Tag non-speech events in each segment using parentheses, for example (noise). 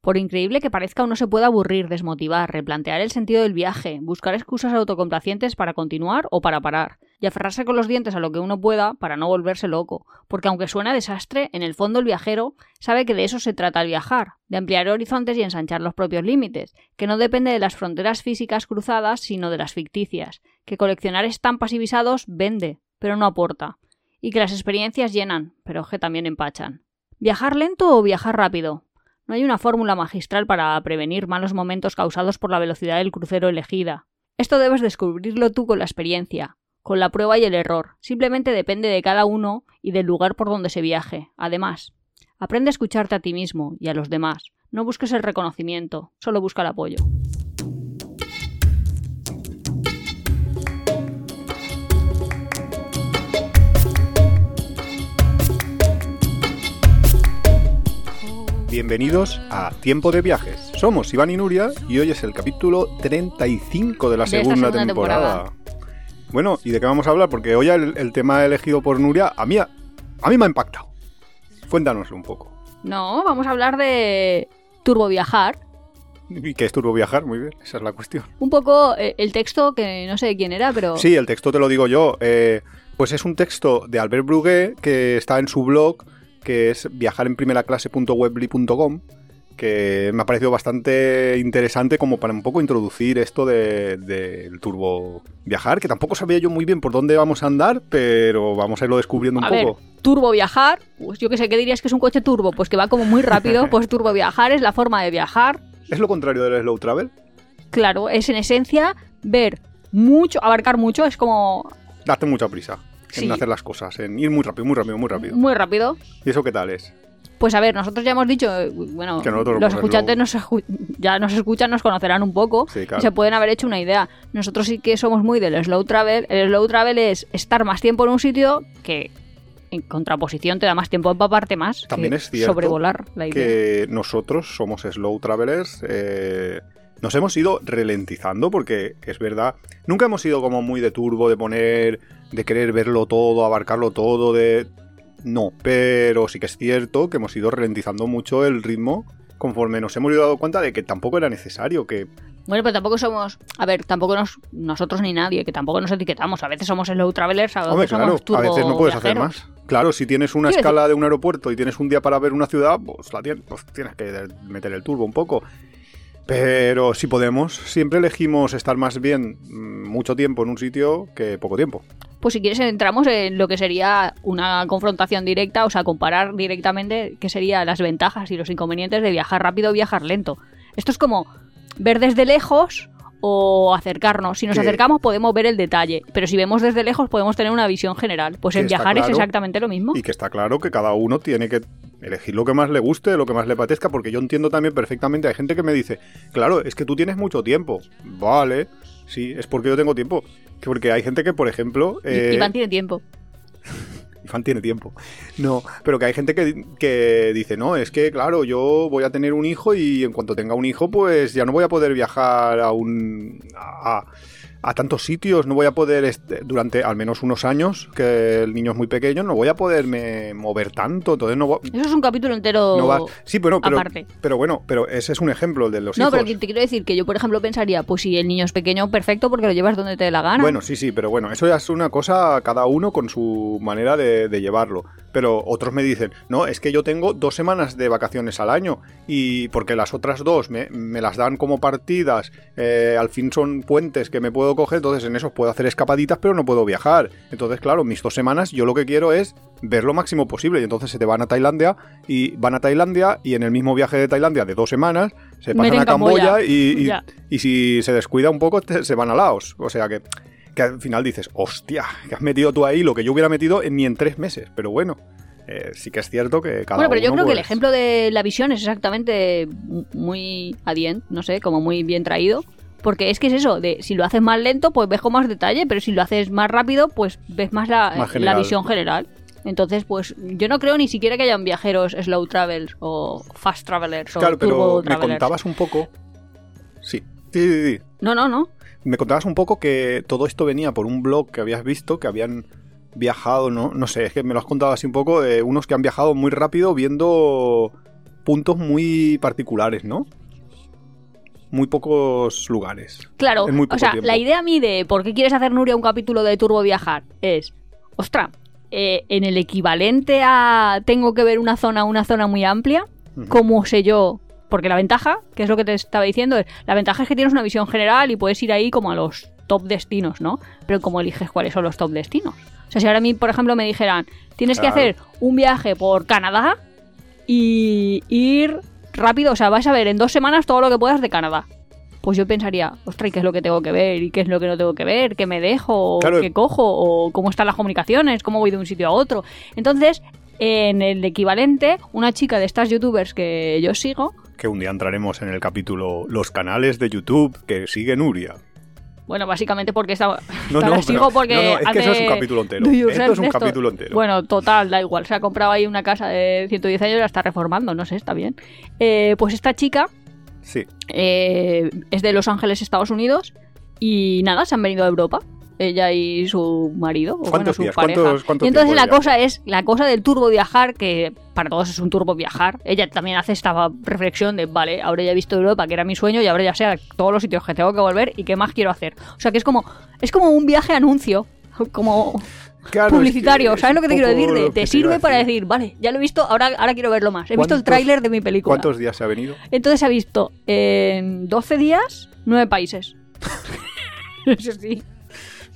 Por increíble que parezca, uno se puede aburrir, desmotivar, replantear el sentido del viaje, buscar excusas autocomplacientes para continuar o para parar, y aferrarse con los dientes a lo que uno pueda para no volverse loco, porque aunque suena desastre, en el fondo el viajero sabe que de eso se trata el viajar, de ampliar horizontes y ensanchar los propios límites, que no depende de las fronteras físicas cruzadas, sino de las ficticias, que coleccionar estampas y visados vende, pero no aporta, y que las experiencias llenan, pero que también empachan. ¿Viajar lento o viajar rápido? No hay una fórmula magistral para prevenir malos momentos causados por la velocidad del crucero elegida. Esto debes descubrirlo tú con la experiencia, con la prueba y el error. Simplemente depende de cada uno y del lugar por donde se viaje. Además, aprende a escucharte a ti mismo y a los demás. No busques el reconocimiento, solo busca el apoyo. Bienvenidos a Tiempo de Viajes. Somos Iván y Nuria y hoy es el capítulo 35 de la De esta segunda, segunda temporada. Bueno, ¿y de qué vamos a hablar? Porque hoy el, el tema elegido por Nuria a mí, ha- a mí me ha impactado. Cuéntanoslo un poco. No, vamos a hablar de turboviajar. ¿Y qué es Turbo Viajar? Muy bien, esa es la cuestión. Un poco eh, el texto que no sé de quién era, pero Sí, el texto te lo digo yo. eh, pues es un texto de Albert Brugué que está en su blog, que es viajarenprimeraclase.webly.com, que me ha parecido bastante interesante como para un poco introducir esto de- del turbo viajar, que tampoco sabía yo muy bien por dónde vamos a andar, pero vamos a irlo descubriendo un a poco. ver, turbo viajar, pues yo qué sé, ¿qué dirías que es un coche turbo? Pues que va como muy (laughs) rápido, pues turbo viajar es la forma de viajar. ¿Es lo contrario del slow travel? Claro, es en esencia ver mucho, abarcar mucho, es como Darte mucha prisa Sí. en hacer las cosas, en ir muy rápido, muy rápido, muy rápido. muy rápido. ¿Y eso qué tal es? Pues a ver, nosotros ya hemos dicho, eh, bueno, Que nosotros los lo escuchantes nos escu- ya nos escuchan, nos conocerán un poco. Sí, y claro. Se pueden haber hecho una idea. Nosotros sí que somos muy del slow travel. El slow travel es estar más tiempo en un sitiio que, en contraposición, te da más tiempo a empaparte más. que También es cierto Sobrevolar la idea. que nosotros somos slow travelers. eh, nos hemos ido ralentizando porque es verdad, nunca hemos sido como muy de turbo, de poner, de querer verlo todo, abarcarlo todo, de... No, pero sí que es cierto que hemos ido ralentizando mucho el ritmo conforme nos hemos ido dando cuenta de que tampoco era necesario, que Bueno, pero tampoco somos. A ver, tampoco nos, nosotros ni nadie, que tampoco nos etiquetamos. A veces somos slow travelers, a veces Hombre, claro, somos turbo a veces no puedes hacer viajeros. más. Claro, si tienes una Quiero escala de un aeropuerto y tienes un día para ver una ciudad, pues, la tienes, pues tienes que de- meter el turbo un poco. Pero si podemos, siempre elegimos estar más bien mm, mucho tiempo en un sitio que poco tiempo. Pues si quieres entramos en lo que sería una confrontación directa, o sea, comparar directamente qué serían las ventajas y los inconvenientes de viajar rápido o viajar lento. Esto es como ver desde lejos o acercarnos. Si nos Que- acercamos podemos ver el detalle, pero si vemos desde lejos podemos tener una visión general. Pues Que en está viajar es claro. exactamente lo mismo. Y que está claro que cada uno tiene que elegir lo que más le guste, lo que más le apetezca, porque yo entiendo también perfectamente, hay gente que me dice, claro, es que tú tienes mucho tiempo. Vale, sí, es porque yo tengo tiempo. Que Porque hay gente que, por ejemplo... Y- eh, Iván tiene tiempo. Iván tiene tiempo. No, pero que hay gente que, que dice, no, es que claro, yo voy a tener un hijo y en cuanto tenga un hijo, pues ya no voy a poder viajar a un... a, a tantos sitios, no voy a poder, este- durante al menos unos años, que el niño es muy pequeño, no voy a poderme mover tanto, entonces no, va- Eso es un capítulo entero. no va... Sí, pero, pero, aparte. pero bueno, pero ese es un ejemplo, el de los No, Pues hijos. pero que te quiero decir que yo, por ejemplo, pensaría, pues si el niño es pequeño, perfecto, porque lo llevas donde te dé la gana. Bueno, sí, sí, pero bueno, eso ya es una cosa cada uno con su manera de, de llevarlo. Pero otros me dicen, no, es que yo tengo dos semanas de vacaciones al año y porque las otras dos me, me las dan como partidas, eh, al fin son puentes que me puedo coger, entonces en esos puedo hacer escapaditas, pero no puedo viajar. Entonces, claro, mis dos semanas yo lo que quiero es ver lo máximo posible y entonces se te van a Tailandia y van a Tailandia y en el mismo viaje de Tailandia de dos semanas se pasan Meten a Camboya, Camboya. y- y Ya. y si se descuida un poco, te- se van a Laos. O sea que, que al final dices, hostia, que has metido tú ahí lo que yo hubiera metido en- ni en tres meses. Pero bueno, eh, sí que es cierto que cada bueno, pero yo uno, creo que el pues, ejemplo de la visión es exactamente muy adient, no sé, como muy bien traído. Porque es que es eso, de si lo haces más lento, pues ves con más detalle, pero si lo haces más rápido, pues ves más la, Más la general. visión general. Entonces, pues yo no creo ni siquiera que hayan viajeros slow travels o fast travelers o Claro, turbo pero me travelers. contabas un poco. Sí. Sí, sí, sí. No, no, no. Me contabas un poco que todo esto venía por un blog que habías visto, que habían eh, viajado, no, no sé, es que me lo has contado así un poco, de unos que han viajado muy rápido viendo puntos muy particulares, ¿no? Muy pocos lugares. Claro, en muy poco o sea, tiempo. la idea a mí de por qué quieres hacer Nuria un capítulo de Turbo Viajar es, ostra, eh, en el equivalente a tengo que ver una zona, una zona muy amplia, Ujú. ¿cómo sé yo? Porque la ventaja, que es lo que te estaba diciendo, es, la ventaja es que tienes una visión general y puedes ir ahí como a los top destinos, ¿no? Pero ¿cómo eliges cuáles son los top destinos? O sea, si ahora a mí, por ejemplo, me dijeran, tienes Claro. que hacer un viaje por Canadá y ir rápido, o sea, vas a ver en dos semanas todo lo que puedas de Canadá. Pues yo pensaría, ostras, ¿y qué es lo que tengo que ver? ¿Y qué es lo que no tengo que ver? ¿Qué me dejo? ¿O Claro. ¿Qué cojo? ¿O cómo están las comunicaciones? ¿Cómo voy de un sitio a otro? Entonces, en el equivalente, una chica de estas youtubers que yo sigo, Que un día entraremos en el capítulo Los canales de YouTube que sigue Nuria. bueno, básicamente porque estaba... (laughs) No, la no, sigo pero- porque no, no, es que eso hace es un capítulo entero. do you Esto es serve un esto. capítulo entero. Bueno, total, da igual. Se ha comprado ahí una casa de 110 años y la está reformando, no sé, está bien. Eh, pues esta chica Sí. eh, es de Los Ángeles, Estados Unidos, y nada, se han venido a Europa. Ella y su marido, o bueno, ¿Cuántos su días? pareja. ¿Cuántos- cuánto y entonces tiempo de la cosa es, la cosa del turbo viajar, que para todos es un turbo viajar. Ella también hace esta reflexión de, vale, ahora ya he visto Europa, que era mi sueño, y ahora ya sé a todos los sitios que tengo que volver y qué más quiero hacer. O sea que es como, es como un viaje anuncio, como Claro, es que publicitario. es ¿Sabes lo que te un quiero poco decir? De- lo que te iba sirve a para decir, vale, ya lo he visto, ahora, ahora quiero verlo más. He visto el ¿Cuántos- tráiler de mi película. ¿Cuántos días se ha venido? Entonces ha visto en 12 días, 9 países. (laughs) Eso sí.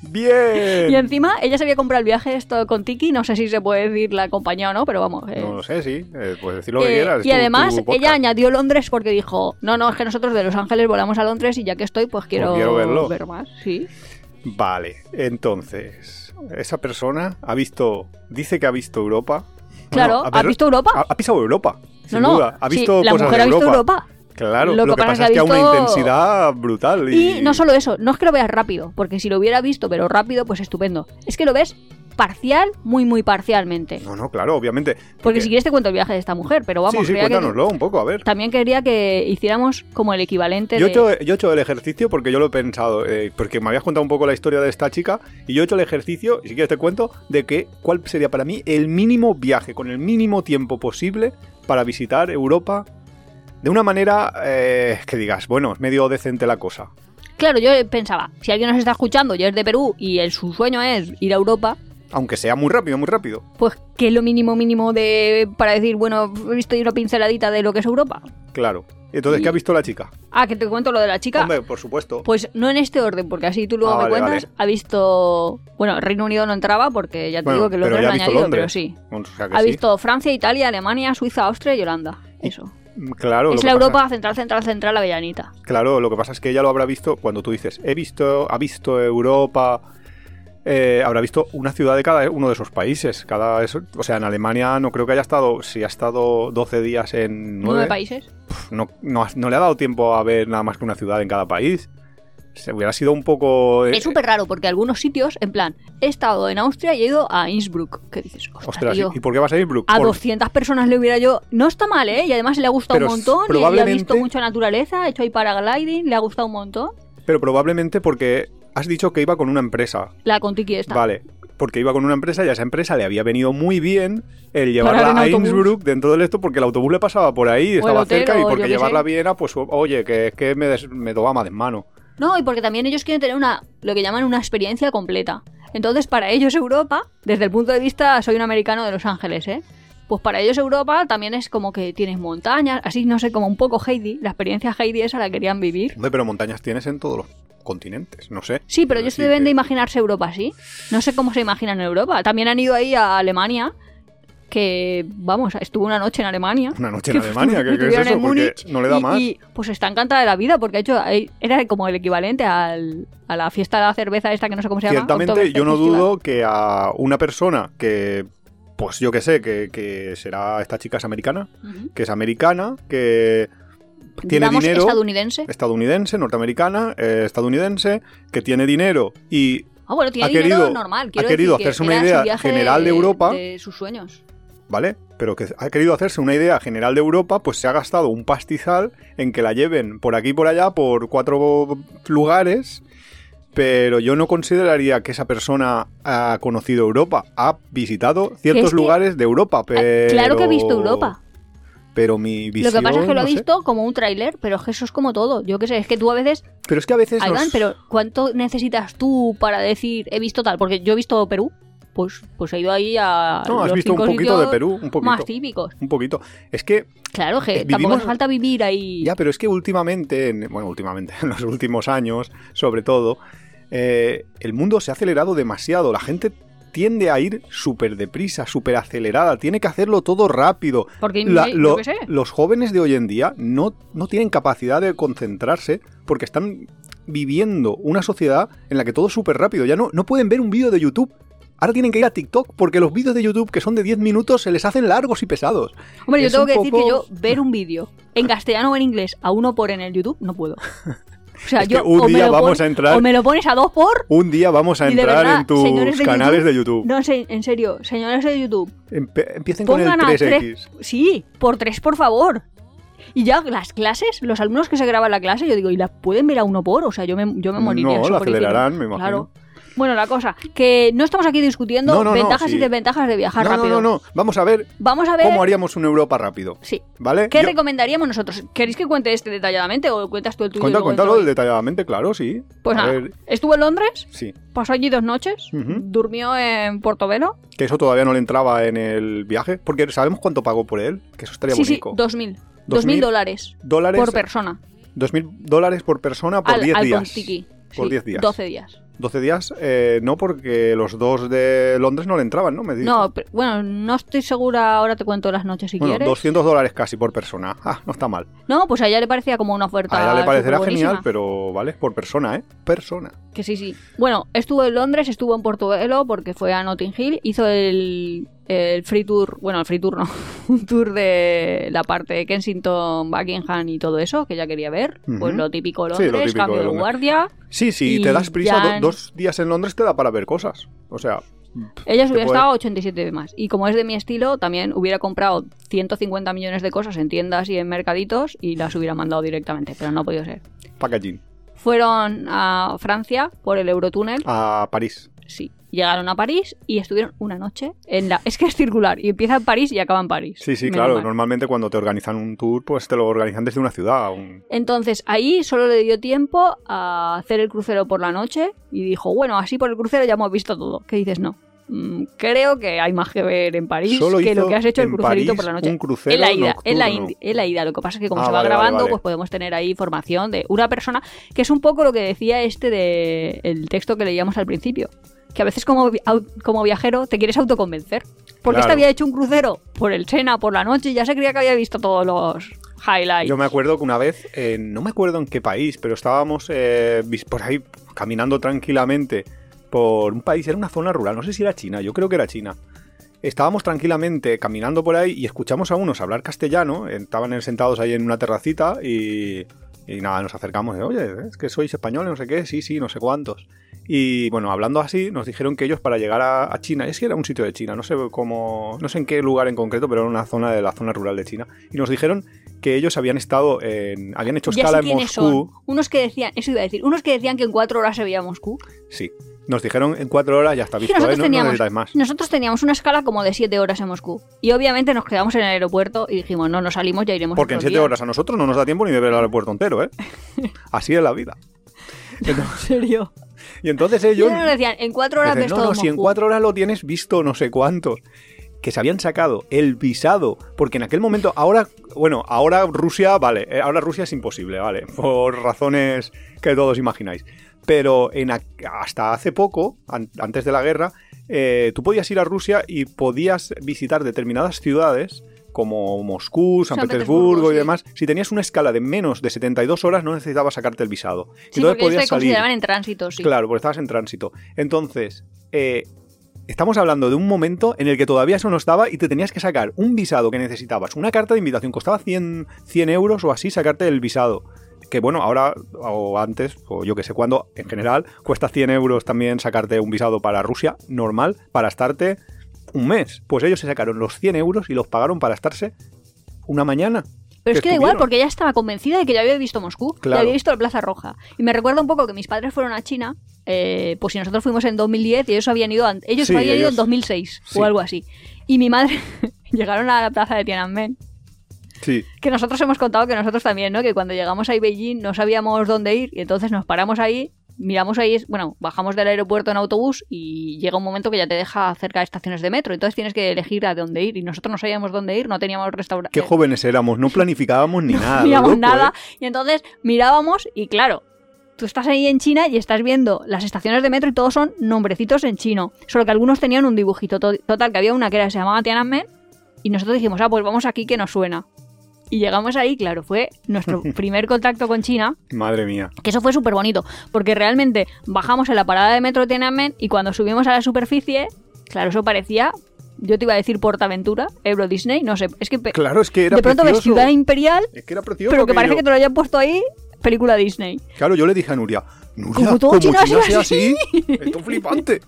¡Bien! Y encima ella se había comprado el viaje esto con Tiki, no sé si se puede decir la compañía o no, pero vamos. eh. No lo sé, sí. eh, puedes decir lo que Eh, quieras. y tu- además tu podcast. ella añadió Londres porque dijo, no, no, es que nosotros de Los Ángeles volamos a Londres y ya que estoy, pues quiero, quiero verlo. ver más. Sí. Vale, entonces, esa persona ha visto, dice que ha visto Europa. Claro, Bueno, a ¿ha ver- visto Europa? Ha, ha pisado Europa, sin no, no. duda. Ha sí, visto la cosas mujer de ha visto Europa. Europa. Claro, lo, que pasa es que a ha una visto- intensidad brutal. Y, Y no solo eso, no es que lo veas rápido, porque si lo hubiera visto, pero rápido, pues estupendo. Es que lo ves parcial, muy, muy parcialmente. No, no, claro, obviamente. Porque si quieres te cuento el viaje de esta mujer, pero vamos, sí, sí, quería que- cuéntanoslo un poco, a ver. también quería que hiciéramos como el equivalente Yo he, de... hecho, yo he hecho el ejercicio porque yo lo he pensado, eh, porque me habías contado un poco la historia de esta chica y yo he hecho el ejercicio, y si quieres te cuento, de que cuál sería para mí el mínimo viaje con el mínimo tiempo posible para visitar Europa de una manera eh, que digas, bueno, es medio decente la cosa. Claro, yo pensaba, si alguien nos está escuchando y es de Perú y el, su sueño es ir a Europa, Aunque sea muy rápido, muy rápido. pues ¿qué es lo mínimo mínimo de para decir, bueno, he visto una pinceladita de lo que es Europa? Claro. Entonces, ¿qué ha visto la chica? Ah, que te cuento lo de la chica. Hombre, por supuesto. Pues no en este orden, porque así tú luego Ah, me vale, cuentas. vale. Ha visto. Bueno, Reino Unido no entraba porque ya te Bueno, digo que pero Londres ya lo ha ha visto añadido, Londres. pero sí. O sea que Ha sí. visto Francia, Italia, Alemania, Suiza, Austria y Holanda. Eso. Claro, lo es que la pasa- Europa central, central, central, avellanita. Claro, lo que pasa es que ella lo habrá visto cuando tú dices, he visto, ha visto Europa, eh, habrá visto una ciudad de cada uno de esos países. Cada, eso- o sea, en Alemania no creo que haya estado, si ha estado 12 días en Nueve 9, países. no, no, ha- no le ha dado tiempo a ver nada más que una ciudad en cada país. Se hubiera sido un poco... eh, Es súper raro porque algunos sitios, en plan, he estado en Austria y he ido a Innsbruck. Que dices, eh, ostras, ostras, ¿y- tío, ¿y por qué vas a Innsbruck? A Por- 200 personas le hubiera yo. No está mal, ¿eh? Y además le ha gustado Pero un montón. y- Y ha probablemente- visto mucha naturaleza. Ha hecho ahí paragliding. Le ha gustado un montón. Pero probablemente porque has dicho que iba con una empresa. La Contiki está. Vale, porque iba con una empresa y a esa empresa le había venido muy bien el Parar llevarla en a autobús. Innsbruck dentro del esto porque el autobús le pasaba por ahí, estaba hotel, cerca y o yo porque qué llevarla sé. a Viena, pues oye, que es que me, des- me daba más desmano. No, y porque también ellos quieren tener una, lo que llaman una experiencia completa. Entonces, para ellos Europa, desde el punto de vista, soy un americano de Los Ángeles, ¿eh? Pues para ellos Europa también es como que tienes montañas, así, no sé, como un poco Heidi. La experiencia Heidi esa la querían vivir. Hombre, pero montañas tienes en todos los continentes, no sé. Sí, pero Quiero ellos decir deben de que- imaginarse Europa así. No sé cómo se imaginan Europa. También han ido ahí a Alemania, que, vamos, estuvo una noche en Alemania. (laughs) Una noche en Alemania, ¿qué, qué es estuvieron eso? en Porque Múnich no le da y- más. Y pues está encantada de la vida, porque ha hecho, era como el equivalente al- a la fiesta de la cerveza esta que no sé cómo se llama. Ciertamente, Oktoberfest yo no Festival. dudo que a una persona que, pues yo que sé, que, que será, esta chica es americana, Ujú. que es americana, que tiene Digamos dinero... estadounidense. estadounidense, norteamericana, eh, estadounidense, que tiene dinero y Ah, bueno, tiene ha dinero querido- normal. ha quiero querido decir que hacerse una era su idea viaje general de Europa. De sus sueños. ¿vale? Pero que ha querido hacerse una idea general de Europa, pues se ha gastado un pastizal en que la lleven por aquí y por allá, por cuatro lugares. Pero yo no consideraría que esa persona ha conocido Europa. Ha visitado ciertos que- Ah, lugares de Europa, pero... Claro que ha visto Europa. pero mi visión... lo que pasa es que lo ha no sé. visto como un tráiler, pero es que eso es como todo. Yo qué sé, es que tú a veces, Pero es que a veces Aidan, nos- pero ¿cuánto necesitas tú para decir he visto tal? Porque yo he visto Perú, pues, pues he ido ahí a. No, has los visto un cinco poquito de sitios Perú, un poquito. Más típicos. Un poquito. Es que, Claro, que Eh, tampoco vivimos- hace falta vivir ahí. ya, pero es que últimamente, en- bueno, últimamente, (laughs) en los últimos años, sobre todo, eh, el mundo se ha acelerado demasiado. La gente tiende a ir súper deprisa, súper acelerada. Tiene que hacerlo todo rápido. Porque La- yo lo- qué sé. Los jóvenes de hoy en día no, no tienen capacidad de concentrarse porque están viviendo una sociedad en la que todo es súper rápido. Ya no, no pueden ver un vídeo de YouTube. Ahora tienen que ir a TikTok porque los vídeos de YouTube que son de 10 minutos se les hacen largos y pesados. Hombre, yo es tengo un que decir poco- que yo ver un vídeo en castellano o en inglés a uno por en el YouTube no (laughs) puedo. O sea, Es que yo un o me día lo vamos pon- a entrar- o me lo pones a dos por. Un día vamos a Y de entrar verdad, en tus señores de canales YouTube, de YouTube. No sé, en serio, señores de YouTube, Empe- empiecen con el pongan a 3X. tres. Sí, por tres, por favor. Y ya las clases, los alumnos que se graban la clase, yo digo, ¿y la pueden ver a uno por? O sea, yo me, yo me moriría. No, eso la por hiciera. acelerarán, me imagino. Claro. Bueno, la cosa, que no estamos aquí discutiendo No, no, no, ventajas sí. y desventajas de viajar No, no, rápido. no, no. Vamos a ver Vamos a ver. cómo haríamos un Europa rápido. Sí. ¿Vale? ¿Qué Yo- recomendaríamos nosotros? ¿Queréis que cuente este detalladamente o cuentas tú el tuyo? y Cuenta, luego cuéntalo entro yo? detalladamente, claro, sí. Pues a nada, ver, estuvo en Londres, sí. pasó allí dos noches, Ujú. durmió en Portobelo. Que eso todavía no le entraba en el viaje. Porque sabemos cuánto pagó por él. Que eso estaría Sí, sí, bonito. 2000. Dos 2000 mil dólares dólares, por persona. 2.000 dólares por persona por al, 10 al días. Contiki. Por Sí, 10 días. 12 días. 12 días, eh, no, porque los dos de Londres no le entraban, ¿no? Me dices. No, pero- bueno, no estoy segura, ahora te cuento las noches si bueno, quieres. 200 dólares casi por persona. Ah, no está mal. No, pues a ella le parecía como una oferta. A ella le parecerá superbuenísima. genial, pero vale, por persona, ¿eh? Persona. Que sí, sí. Bueno, estuvo en Londres, estuvo en Portobelo porque fue a Notting Hill, hizo el, el free tour, bueno, el free tour no, (laughs) un tour de la parte de Kensington, Buckingham y todo eso, que ya quería ver. Pues Ujú. lo típico lo Londres, típico cambio de de, Londres. guardia. Sí, sí, Y te das prisa, ya- do- dos días en Londres te da para ver cosas. O sea, Ella se Te hubiera puede- estado 87 más. Y como es de mi estilo, también hubiera comprado 150 millones de cosas en tiendas y en mercaditos y las hubiera mandado directamente, pero no ha podido ser. packaging. Fueron a Francia por el Eurotúnel. A París. Sí. Llegaron a París y estuvieron una noche en la. Es que es circular. Y empieza en París y acaba en París. Sí, sí, Menos claro. mal. Normalmente cuando te organizan un tour, pues te lo organizan desde una ciudad. un- Entonces ahí solo le dio tiempo a hacer el crucero por la noche y dijo, bueno, así por el crucero ya hemos visto todo. ¿Qué dices? No. Mm, creo que hay más que ver en París Solo que hizo lo que has hecho el en crucerito París por la noche. un crucero en la ida, en la, nocturno. indi- en la ida. Lo que pasa es que como Ah, se va vale, vale, grabando, vale. pues podemos tener ahí información de una persona, que es un poco lo que decía este de el texto que leíamos al principio. Que a veces como, vi- au- como viajero te quieres autoconvencer. Porque este Claro. había hecho un crucero por el Sena por la noche y ya se creía que había visto todos los highlights. Yo me acuerdo que una vez, eh, no me acuerdo en qué país, pero estábamos eh, vis- por ahí caminando tranquilamente por un país, era una zona rural, no sé si era China, yo creo que era China. Estábamos tranquilamente caminando por ahí y escuchamos a unos hablar castellano, eh, estaban sentados ahí en una terracita y, y nada, nos acercamos y, oye, es que sois españoles, no sé qué, sí, sí, no sé cuántos. Y bueno, hablando así, nos dijeron que ellos para llegar a, a China, es que era un sitio de China, no sé cómo, no sé en qué lugar en concreto, pero era una zona de la zona rural de China, y nos dijeron que ellos habían estado en, habían hecho ya sé escala en quiénes Moscú. son. Unos que decían, eso iba a decir, unos que decían que en cuatro horas se veía Moscú. Sí, nos dijeron en cuatro horas ya está Es visto, que ¿eh? nosotros no, no teníamos, necesitáis más. nosotros teníamos una escala como de siete horas en Moscú. Y obviamente nos quedamos en el aeropuerto y dijimos, no, nos salimos, ya iremos Porque en otro siete día". horas a nosotros no nos da tiempo ni de ver el aeropuerto (laughs) entero, ¿eh? Así es la vida. ¿En serio? Y entonces Y ellos... ellos nos decían, en cuatro horas ves Dicen, no, todo no, si en Moscú". cuatro horas lo tienes visto no sé cuántos. Que se habían sacado el visado, porque en aquel momento, ahora, bueno, ahora Rusia, vale, eh, ahora Rusia es imposible, vale, (laughs) por razones que todos imagináis. Pero en, ac- hasta hace poco, an- antes de la guerra, eh, tú podías ir a Rusia y podías visitar determinadas ciudades como Moscú, San, San Petersburgo, Petersburgo, y sí. demás. Si tenías una escala de menos de 72 horas, no necesitabas sacarte el visado. Sí, Entonces porque ellos podías se salir. consideraban en tránsito, sí. Claro, porque estabas en tránsito. Entonces, eh, estamos hablando de un momento en el que todavía eso no estaba y te tenías que sacar un visado que necesitabas, una carta de invitación, costaba 100, 100 euros o así sacarte el visado. Que bueno, ahora o antes, o yo que sé cuándo, en general, cuesta 100 euros también sacarte un visado para Rusia, normal, para estarte un mes. Pues ellos se sacaron los 100 euros y los pagaron para estarse una mañana. Pero es que que da igual, estuvieron. porque ella estaba convencida de que ya había visto Moscú, ya Claro. había visto la Plaza Roja. Y me recuerda un poco que mis padres fueron a China, eh, pues si nosotros fuimos en 2010 y ellos habían ido, an- ellos Sí, habían ido ellos- en 2006 (laughs) sí. o algo así. Y mi madre llegaron a la plaza de Tiananmen Sí. Que nosotros hemos contado que nosotros también, ¿no? Que cuando llegamos a Beijing no sabíamos dónde ir y entonces nos paramos ahí, miramos ahí, es- bueno, bajamos del aeropuerto en autobús y llega un momento que ya te deja cerca de estaciones de metro, entonces tienes que elegir a dónde ir y nosotros no sabíamos dónde ir, no teníamos restaurante. Qué jóvenes éramos, no planificábamos ni (laughs) nada. lo mirábamos loco, Eh. nada. ¿eh? Y entonces mirábamos y claro, tú estás ahí en China y estás viendo las estaciones de metro y todos son nombrecitos en chino. Solo que algunos tenían un dibujito. To- Total, que había una que era, se llamaba Tiananmen y nosotros dijimos, ah, pues vamos aquí que nos suena. Y llegamos ahí, claro, fue (laughs) nuestro primer contacto con China, ¿eh? Madre mía. que eso fue súper bonito, porque realmente bajamos en la parada de metro de Tiananmen y cuando subimos a la superficie, claro, eso parecía, yo te iba a decir Portaventura, Euro Disney, no sé, es que pe- Claro, es que era de pronto ves precioso. Ciudad Imperial Es que era precioso. pero que parece que aquello. te lo hayan puesto ahí, película Disney. Claro, yo le dije a Nuria, Nuria, Como como todo chino China sea sea así, esto es flipante.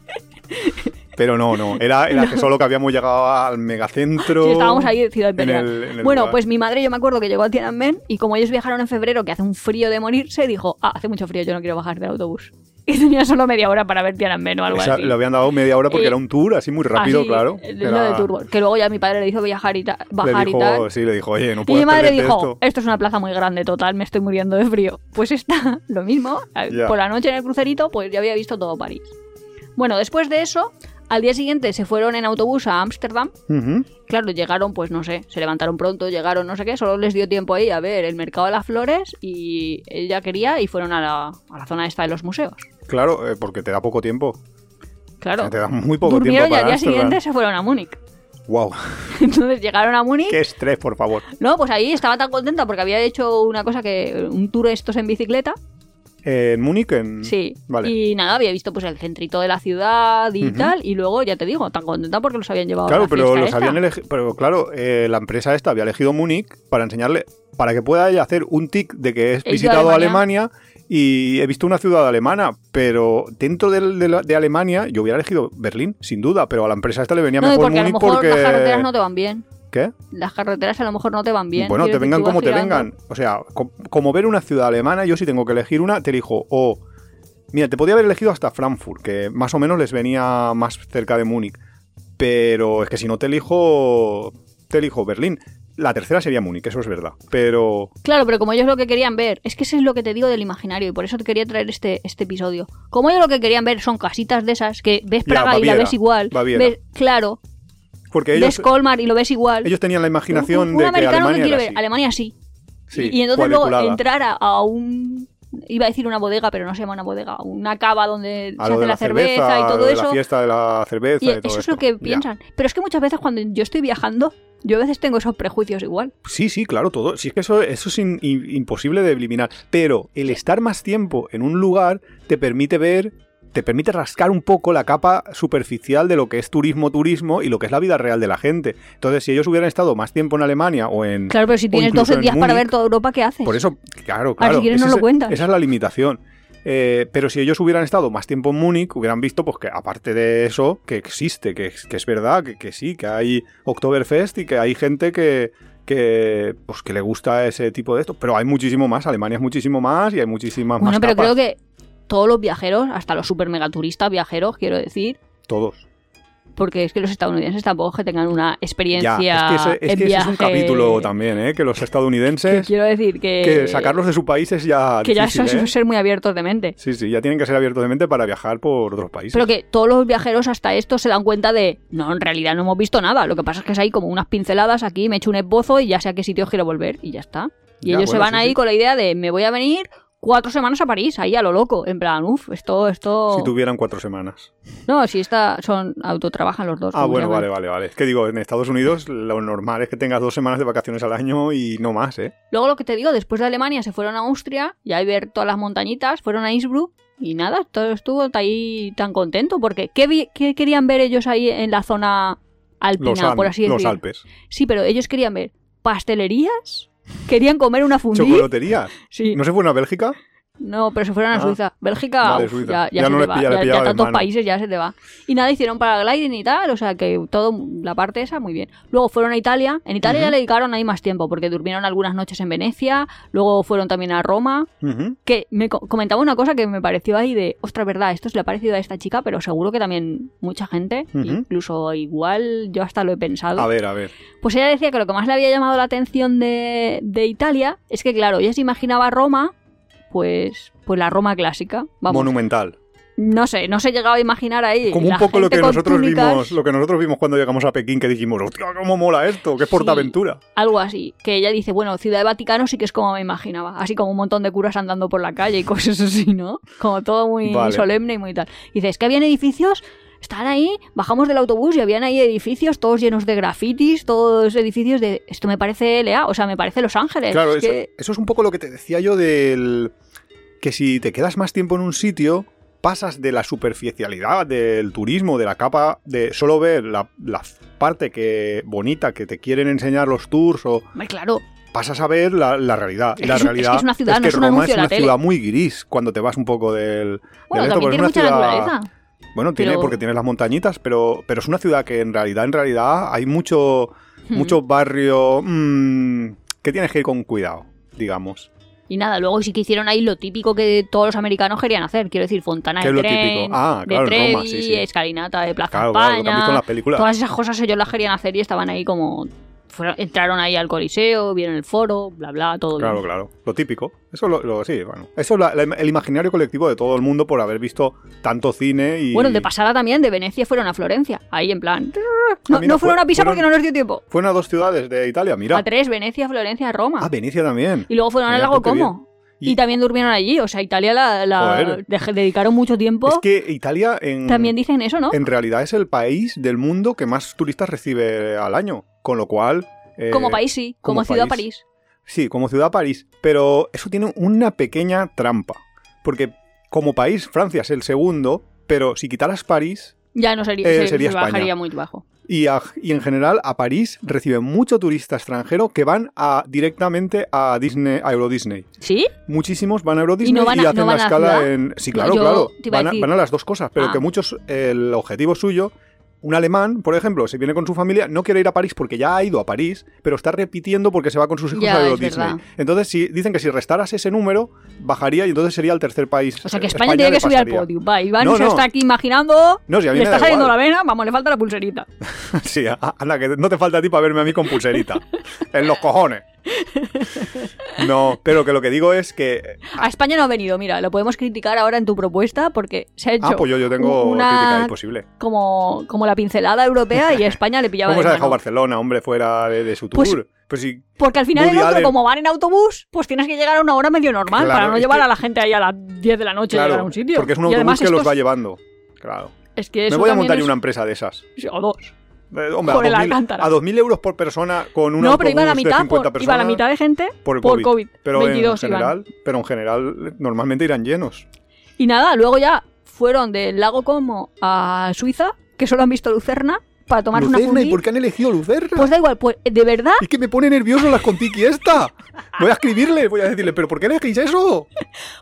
Pero no, no, era, era que solo que habíamos llegado al megacentro. Sí, estábamos ahí en Ciudad en Imperial. el- en el bueno, lugar. pues mi madre, yo me acuerdo que llegó a Tiananmen y como ellos viajaron en febrero, que hace un frío de morirse, dijo, ah, hace mucho frío, yo no quiero bajar del autobús. (laughs) Y tenía solo media hora para ver Tiananmen o algo Esa- así. le habían dado media hora porque Eh, era un tour así muy rápido, Así, claro. eh, Era- Lo de turbo. Que luego ya mi padre le hizo viajar y ta- bajar le y tal. dijo, sí, le dijo, oye, Y no mi puedes madre perderte dijo, "Eh, esto. esto es una plaza muy grande, total, me estoy muriendo de frío. Pues está (laughs) lo mismo, eh, Ya. por la noche en el crucerito, pues ya había visto todo París. Bueno, después de eso, al día siguiente se fueron en autobús a Ámsterdam. Ujú. Claro, llegaron, pues no sé, se levantaron pronto, llegaron, no sé qué, solo les dio tiempo ahí a ver el mercado de las flores y ella quería y fueron a la, a la zona esta de los museos. Claro, eh, porque te da poco tiempo. Claro. O sea, te da muy poco Durmieron y tiempo al para día Ámsterdam. siguiente se fueron a Múnich. (laughs) Wow, Entonces llegaron a Múnich qué estrés, por favor. No, pues ahí estaba tan contenta porque había hecho una cosa que. un tour estos en bicicleta. Eh, En Múnich, en... Sí. Vale. Y nada, había visto pues el centrito de la ciudad y Ujú. tal. Y luego, ya te digo, tan contenta porque los habían llevado a Claro, la pero fiesta los esta. habían elegi- pero claro, eh, la empresa esta había elegido Múnich para enseñarle, para que pueda ella hacer un tic de que he de visitado Alemania. Alemania. y he visto una ciudad alemana, pero dentro del- de, la- de Alemania yo hubiera elegido Berlín, sin duda, pero a la empresa esta le venía No, y mejor porque a lo Múnich mejor porque... las carreteras no te van bien. ¿Qué? Las carreteras a lo mejor no te van bien. bueno, Quiero Pues te decir, vengan tú vas como te girando. vengan. O sea, co- como ver una ciudad alemana, yo si tengo que elegir una, te elijo o... Mira, te podía haber elegido hasta Frankfurt, que más o menos les venía más cerca de Múnich. Pero es que si no te elijo... Te elijo Berlín. La tercera sería Múnich, eso es verdad. Pero... Claro, pero como ellos lo que querían ver, es que eso es lo que te digo del imaginario y por eso te quería traer este, este episodio. Como ellos lo que querían ver son casitas de esas que ves Ya, Praga y Baviera, la ves igual, Baviera. ves- claro, Porque ellos, ves Colmar y lo ves igual. ellos tenían la imaginación un, un de que americano Alemania que quiere era ver así. Alemania sí. Sí, y, y entonces luego cuadriculada. entrar a, a un iba a decir una bodega, pero no se llama una bodega, una cava donde A se lo hace de la cerveza, y a todo lo de eso. la fiesta de la cerveza y y, eso todo es lo esto. que Ya. piensan. Pero es que muchas veces cuando yo estoy viajando, yo a veces tengo esos prejuicios igual. Sí, sí, claro, todo. Si es que eso, eso es in- in- imposible de eliminar. Pero el estar más tiempo en un lugar te permite ver, te permite rascar un poco la capa superficial de lo que es turismo, turismo y lo que es la vida real de la gente. Entonces, si ellos hubieran estado más tiempo en Alemania o en. Claro, pero si o tienes incluso 12 en días para Múnich, ver toda Europa, ¿qué haces? Por eso, claro, Ah, claro. si quieres ese no lo es- cuentas. Esa es la limitación. Eh, pero si ellos hubieran estado más tiempo en Múnich, hubieran visto, pues que aparte de eso, que existe, que, es- que es verdad, que, que sí, que hay Oktoberfest y que hay gente que, que, pues, que le gusta ese tipo de esto. Pero hay muchísimo más, Alemania es muchísimo más y hay muchísimas bueno, más pero creo capas. que todos los viajeros, hasta los super megaturistas viajeros, quiero decir, Todos. porque es que los estadounidenses tampoco que tengan una experiencia Ya, es que, ese, es, en que ese es un viaje. capítulo también, ¿eh? que los Que estadounidenses, que, quiero decir que, sacarlos de su país es ya que ya difícil, son ¿eh? ser muy abiertos de mente. Sí, sí, ya tienen que ser abiertos de mente para viajar por otros países. Pero que todos los viajeros hasta esto se dan cuenta de, no, en realidad no hemos visto nada. Lo que pasa es que es ahí como unas pinceladas, aquí me echo un esbozo y ya sé a qué sitio quiero volver y ya está. Y Ya, ellos se bueno, van sí, ahí sí. con la idea de, me voy a venir cuatro semanas a París, ahí a lo loco. En plan, uff, esto, esto... Si tuvieran cuatro semanas. No, si esta son, autotrabajan los dos. Ah, como se bueno, llaman. vale, vale, vale. Es que digo, en Estados Unidos lo normal es que tengas dos semanas de vacaciones al año y no más, ¿eh? Luego lo que te digo, después de Alemania se fueron a Austria y ahí ver todas las montañitas, fueron a Innsbruck y nada, todo estuvo ahí tan contento porque ¿qué, vi- qué querían ver ellos ahí en la zona alpina, Los, An- por así los decirlo? Alpes. Sí, pero ellos querían ver pastelerías, querían comer una fundí. Chocolatería. Sí. ¿No se fueron a Bélgica? No, pero se fueron a Ah. Suiza. Bélgica, Vale, uf, Suiza. ya, ya Ya se no te le va. pilla- ya, le ya pillaba de tantos mano. países ya se te va. Y nada, hicieron paragliding y tal, o sea que todo la parte esa muy bien. Luego fueron a Italia. En Italia ya Ujú. le dedicaron ahí más tiempo porque durmieron algunas noches en Venecia. Luego fueron también a Roma. Ujú. Que me co- comentaba una cosa que me pareció ahí de, ostras, verdad, esto se le ha parecido a esta chica, pero seguro que también mucha gente, Ujú. incluso igual yo hasta lo he pensado. A ver, a ver. Pues ella decía que lo que más le había llamado la atención de, de Italia es que, claro, ella se imaginaba Roma, pues, pues la Roma clásica. Vamos, Monumental. no sé, no se llegaba a imaginar ahí. Como la un poco lo gente que con nosotros túnicas, vimos, lo que nosotros vimos cuando llegamos a Pekín, que dijimos, hostia, cómo mola esto, qué Sí. portaventura. Algo así, que ella dice, bueno, Ciudad de Vaticano sí que es como me imaginaba, así como un montón de curas andando por la calle y cosas así, ¿no? Como todo muy Vale. solemne y muy tal. Y dice, es que habían edificios, estaban ahí, bajamos del autobús y habían ahí edificios todos llenos de grafitis, todos edificios de, esto me parece LA, o sea, me parece Los Ángeles. Claro, Eh, es eso, que- eso es un poco lo que te decía yo del que si te quedas más tiempo en un sitio, pasas de la superficialidad del turismo, de la capa, de solo ver la, la parte que bonita que te quieren enseñar los tours o Hombre, claro, pasas a ver la, la realidad. Es Y la que es un- es que realidad es una ciudad, no que es un Roma anuncio es en la una tele. ciudad muy gris cuando te vas un poco del... Bueno, también del esto, porque tiene es mucha una ciudad- naturaleza. Bueno, tiene Pero- porque tienes las montañitas, pero, pero es una ciudad que en realidad, en realidad hay mucho, Hmm. mucho barrio mm, que tienes que ir con cuidado, digamos. Y nada, luego sí que hicieron ahí lo típico que todos los americanos querían hacer. Quiero decir, Fontana ¿Qué de es lo Tren, típico? Ah, de claro, en Trevi, Roma, sí, sí. escalinata de Plaza Claro, claro, España. lo que han visto en las películas. Todas esas cosas ellos las querían hacer y estaban ahí como... fueron- entraron ahí al Coliseo, vieron el foro, bla, bla, todo bien. Claro, claro. Lo típico. Eso lo, lo- sí, bueno. Eso es la- la- el imaginario colectivo de todo el mundo por haber visto tanto cine y. Bueno, de pasada también, de Venecia fueron a Florencia. Ahí en plan... No, mira, no fueron fue- a Pisa fueron- porque no nos dio tiempo. Fueron a dos ciudades de Italia, mira. A tres, Venecia, Florencia, Roma. Ah, Venecia también. y luego fueron al Mira lago tú, qué Como. bien. Y... Y- también durmieron allí. O sea, Italia la, la Joder. dej- dedicaron mucho tiempo. Es que mm, Italia en, También dicen eso, ¿no? en realidad es el país del mundo que más turistas recibe al año. Con lo cual. eh, Como país sí, como, como ciudad país. París. Sí, como ciudad París. Pero eso tiene una pequeña trampa. Porque como país, Francia es el segundo, pero si quitaras París, Ya no sería, Eh, se, sería se España. bajaría muy bajo. Y, a- y en general a París reciben mucho turista extranjero que van a, directamente a Disney, a Euro Disney. ¿Sí? Muchísimos van a Euro Disney no van a- hacen no van la a la escala ciudad? en... Sí, No, claro, yo claro. te iba a Van a, decir. van a las dos cosas, pero Ah. que muchos, el objetivo suyo, un alemán, por ejemplo, si viene con su familia, no quiere ir a París porque ya ha ido a París, pero está repitiendo porque se va con sus hijos Ya, a Euro es Disney. verdad. Entonces si, dicen que si restaras ese número, bajaría y entonces sería el tercer país. O sea que eh, España, tiene le que subir al pasaría. podio. Va, Iván No, se no. está aquí imaginando. No, si a mí le me está da saliendo igual. la vena, vamos, le falta la pulserita. (laughs) Sí, a- anda, que no te falta a ti para verme a mí con (laughs) pulserita. en los cojones. No, pero que lo que digo es que. A España no ha venido, mira, lo podemos criticar ahora en tu propuesta porque se ha hecho Ah, pues yo, yo tengo una- crítica imposible. como, como la pincelada europea y a España le pillaba (laughs) de ¿Cómo se ha mano. dejado Barcelona, hombre, fuera de, de su tour? Pues- Pues sí, Porque al final Woody el otro, Allen. como van en autobús, pues tienes que llegar a una hora medio normal Claro, para no es llevar que- a la gente ahí a las 10 de la noche a llegar a claro. un sitio. Porque es un Y además autobús que esto los va es- llevando. Claro. Es que Me eso voy a también montar es- yo una empresa de esas. O dos. Eh, hombre, Por el a 2000, Alcántara. a 2000 euros por persona con un No, pero autobús iba a la de mitad, 50 por, iba a la personas mitad de gente por el por COVID. COVID. Pero 22 en iban. general, pero en general eh, normalmente irán llenos. Y nada, luego ya fueron del lago Como a Suiza, que solo han visto Lucerna, para tomar una Lucerna, ¿y funí. por qué han elegido Lucerna? Pues da igual, pues de verdad, Es que me pone nervioso las contiki esta. Voy a escribirle, voy a decirle, ¿pero por qué elegís eso?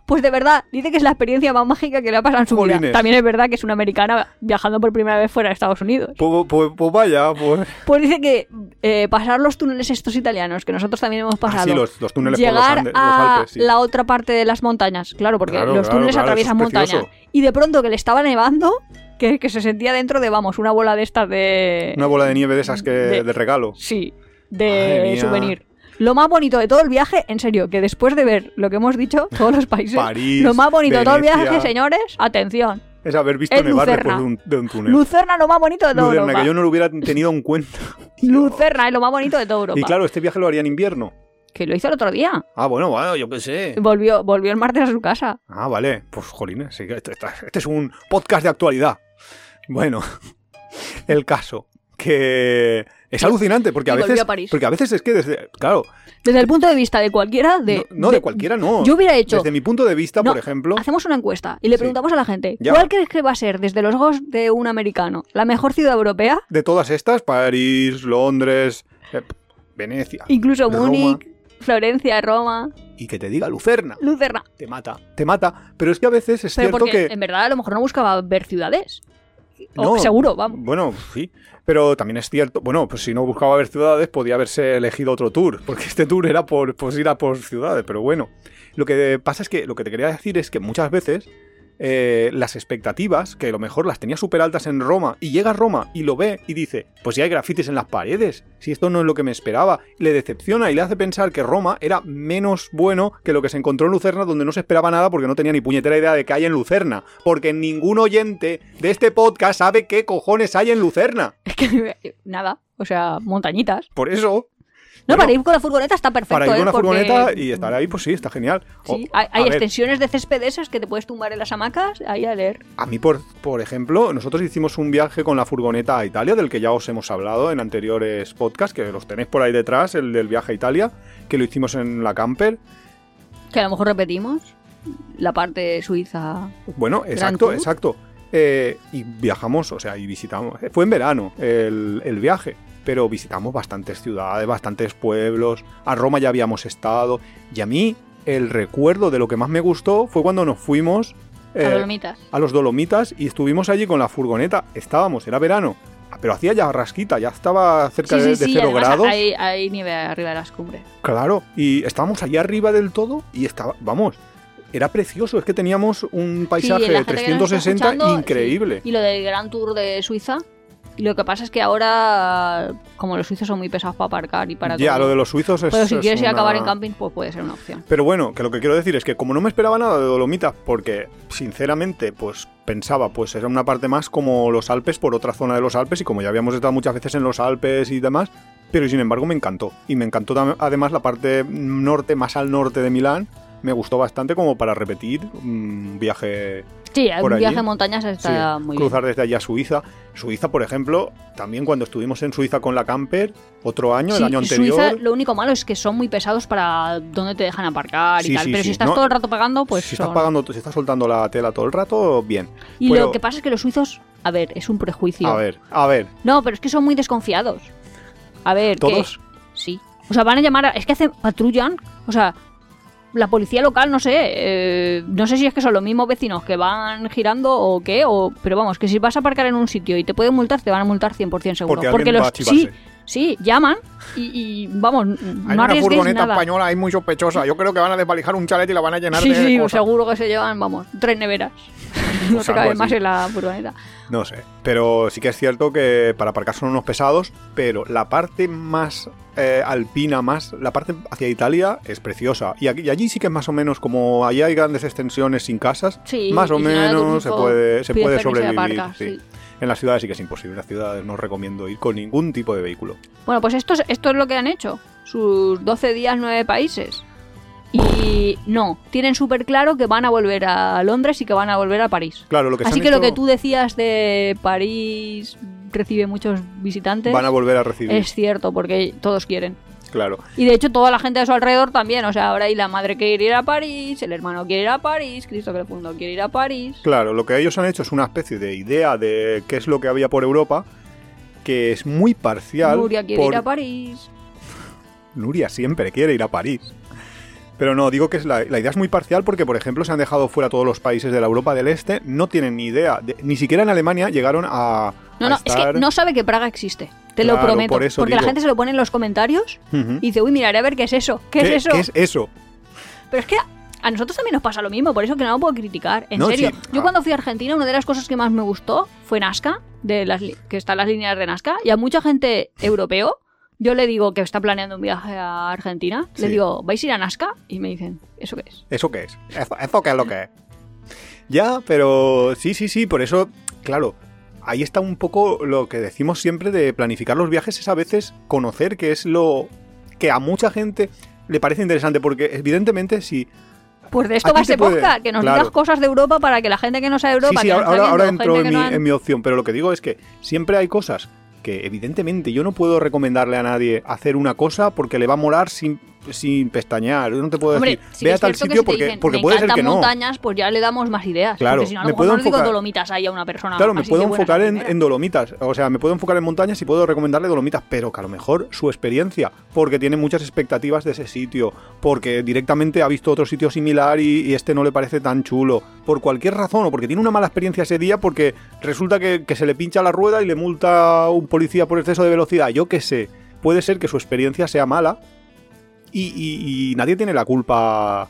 pues de verdad, dice que es la experiencia más mágica que le ha pasado en su vida. Jolines. También es verdad que es una americana viajando por primera vez fuera de Estados Unidos. Pues, pues- pues vaya, pues. Pues dice que eh, pasar los túneles estos italianos, que nosotros también hemos pasado. Ah, sí, los, los túneles por los, Pues llegar Andes- los a Alpes. sí. la otra parte de las montañas, claro, porque Claro, los claro, túneles claro, atraviesan eso es montañas. precioso. Y de pronto que le estaba nevando, que, que se sentía dentro de, vamos, una bola de estas de... Una bola de nieve de esas que de- de, regalo. Sí, Madre de mía. souvenir. Lo más bonito de todo el viaje, en serio, que después de ver lo que hemos (laughs) dicho, todos los países, París, lo más bonito de todo el Venecia. viaje, señores, atención. Es haber visto Es nevar Lucerna. después de un, de un túnel. Lucerna, lo más bonito de todo Lucerna, Europa. que yo no lo hubiera tenido (laughs) en cuenta. Lucerna es lo más bonito de toda Europa. Y claro, este viaje lo haría en invierno. Que lo hizo el otro día. Ah, bueno, bueno, yo qué sé. Volvió, volvió el martes a su casa. Ah, vale. Pues jolines, sí, este, este- este es un podcast de actualidad. Bueno, (laughs) el caso que es alucinante porque a Y volvió veces a París. porque a veces es que desde claro, Desde el punto de vista de cualquiera, de... no, no de, cualquiera no. Yo hubiera hecho... Desde mi punto de vista, No, por ejemplo, Hacemos una encuesta y le Sí. preguntamos a la gente, Ya. ¿cuál crees que va a ser, desde los ojos de un americano, la mejor ciudad europea? de todas estas, París, Londres, eh, Venecia, Incluso Roma. Múnich, Florencia, Roma, Y que te diga Lucerna, Lucerna. te mata, te mata. Pero es que a veces es Pero cierto porque que... en verdad a lo mejor no buscaba ver ciudades. O No. seguro, vamos. (laughs) Bueno, sí, pero también es cierto, bueno, pues si no buscaba ver ciudades, podía haberse elegido otro tour, porque este tour era por pues, ir a por ciudades, pero bueno. Lo que pasa es que lo que te quería decir es que muchas veces eh, las expectativas, que a lo mejor las tenía súper altas en Roma, y llega a Roma y lo ve y dice, pues si hay grafitis en las paredes, si esto no es lo que me esperaba, le decepciona y le hace pensar que Roma era menos bueno que lo que se encontró en Lucerna, donde no se esperaba nada porque no tenía ni puñetera idea de qué hay en Lucerna, porque ningún oyente de este podcast sabe qué cojones hay en Lucerna. Es que me- nada, o sea, montañitas. Por eso, No, Bueno, para ir con la furgoneta está perfecto. para ir ¿eh? con una Porque- furgoneta y estar ahí, pues sí, está genial. O- Sí, hay, a hay ver, extensiones de césped esas que te puedes tumbar en las hamacas ahí a leer. A mí, por, por ejemplo, nosotros hicimos un viaje con la furgoneta a Italia, del que ya os hemos hablado en anteriores podcasts, que los tenéis por ahí detrás, el del viaje a Italia, que lo hicimos en la camper. Que a lo mejor repetimos la parte suiza. Bueno, exacto, Tour. exacto. Eh, y viajamos, o sea, y visitamos. eh, Fue en verano el, el viaje, pero visitamos bastantes ciudades, bastantes pueblos. A Roma ya habíamos estado. Y a mí, el recuerdo de lo que más me gustó fue cuando nos fuimos. a eh, Dolomitas. a los Dolomitas y estuvimos allí con la furgoneta. Estábamos, era verano, pero hacía ya rasquita, ya estaba cerca Sí, de, sí, de sí. cero además grados. Hay, hay nieve arriba de las cumbres. Claro, y estábamos allá arriba del todo y estaba, vamos, era precioso, es que teníamos un paisaje la de gente que nos está 360 escuchando, increíble. Y lo del Gran Tour de Suiza. Y lo que pasa es que ahora, como los suizos son muy pesados para aparcar y para Ya, todo. lo de los suizos es. Pero Pues si es quieres ir a una- acabar en camping, pues puede ser una opción. Pero bueno, que lo que quiero decir es que como no me esperaba nada de Dolomitas, porque sinceramente, pues pensaba, pues era una parte más como los Alpes por otra zona de los Alpes, y como ya habíamos estado muchas veces en los Alpes y demás, pero sin embargo me encantó. Y me encantó tam- además la parte norte, más al norte de Milán, me gustó bastante como para repetir un viaje Sí, Por un allí. viaje en montañas está Sí, muy cruzar desde allá a Suiza. Suiza, por ejemplo, también cuando estuvimos en Suiza con la camper, otro año, bien. el año Sí, anterior. Suiza, lo único malo es que son muy pesados para dónde te dejan aparcar y Sí, tal. sí, pero sí. si estás No, todo el rato pagando, pues. si estás son- pagando, si estás soltando la tela todo el rato, bien. Y lo pero- que pasa es que los suizos, a ver, es un prejuicio. A ver, a ver, No, pero es que son muy desconfiados. A ver, que- todos. Sí. O sea, van a llamar a... Es que hacen... Patrullan. O sea, la policía local, no sé... eh, no sé si es que son los mismos vecinos que van girando o qué, o... Pero vamos, que si vas a aparcar en un sitio y te pueden multar, te van a multar 100% seguro. Porque alguien va a chivarse. Sí, sí, llaman y, y, vamos, n- Hay no una arriesguéis furgoneta nada. española ahí muy sospechosa. Yo creo que van a desvalijar un chalet y la van a llenar Sí, de sí, cosas. seguro que se llevan, vamos, tres neveras. (laughs) no ¿eh? Pues se algo cabe así. más en la furgoneta. No sé. Pero sí que es cierto que para aparcar son unos pesados, pero la parte más eh, alpina, más la parte hacia Italia es preciosa. Y, aquí- y allí sí que es más o menos como allá hay grandes extensiones sin casas, Sí, más o y si no, menos se tipo, puede, se pides puede permiso y sobrevivir. aparcas, sí. sí. En las ciudades sí que es imposible. En las ciudades no recomiendo ir con ningún tipo de vehículo. Bueno, pues esto es, esto es lo que han hecho. Sus 12 días, 9 países. Y no, tienen súper claro que van a volver a Londres y que van a volver a París. Claro, lo que se Así han que lo hecho, que tú decías de París recibe muchos visitantes van a volver a recibir. es cierto, porque todos quieren. Claro. Y de hecho toda la gente de su alrededor también. O sea, ahora ahí la madre quiere ir a París, el hermano quiere ir a París, Cristo que le fundó quiere ir a París. Claro, lo que ellos han hecho es una especie de idea de qué es lo que había por Europa, que es muy parcial. Nuria quiere por- ir a París. Nuria siempre quiere ir a París. Pero no, digo que es la, la idea es muy parcial porque, por ejemplo, se han dejado fuera todos los países de la Europa del Este, no tienen ni idea, de- ni siquiera en Alemania llegaron a... No, a no, es estar- que no sabe que Praga existe. Te lo Claro, prometo. por eso porque la digo. gente se lo pone en los comentarios Ujú. Y dice, uy, miraré a ver qué es eso, qué, es eso. ¿Mm? ¿Qué es eso? Pero es que a nosotros también nos pasa lo mismo, por eso que no lo puedo criticar. En No, serio, sí, yo ah. cuando fui a Argentina, una de las cosas que más me gustó fue Nazca, de las li- que están las líneas de Nazca, y a mucha gente europeo, yo le digo que está planeando un viaje a Argentina, le Sí. digo, ¿vais a ir a Nazca? Y me dicen, ¿eso qué es? ¿Eso qué es? ¿Eso, eso qué es lo que es? Ya, pero sí, sí, sí, por eso, claro, ahí está un poco lo que decimos siempre de planificar los viajes, es a veces conocer que es lo que a mucha gente le parece interesante, porque evidentemente si... Pues de A esto ti va te este puede- podcast, que nos claro. digas cosas de Europa para que la gente que no sea de Europa, sí, sí, que ahora, no está ahora viendo, entro gente en que mi, no han- en mi opción, pero lo que digo es que siempre hay cosas que evidentemente yo no puedo recomendarle a nadie hacer una cosa porque le va a molar sin sin pestañear. Yo no te puedo Hombre, decir, sí que ve a es tal cierto que sitio si te porque, dicen, porque "Me puede ser que encantan no. montañas, pues ya le damos más ideas. Claro, porque si no, a lo me mejor puedo no le digo enfocar- dolomitas ahí a una persona. Claro, me así puedo de buenas a enfocar en, primeras. en Dolomitas. O sea, me puedo enfocar en montañas y puedo recomendarle Dolomitas, pero que a lo mejor su experiencia, porque tiene muchas expectativas de ese sitio, porque directamente ha visto otro sitio similar y, y este no le parece tan chulo, por cualquier razón, o porque tiene una mala experiencia ese día, porque resulta que, que se le pincha la rueda y le multa un policía por exceso de velocidad, yo qué sé. Puede ser que su experiencia sea mala y, y- y nadie tiene la culpa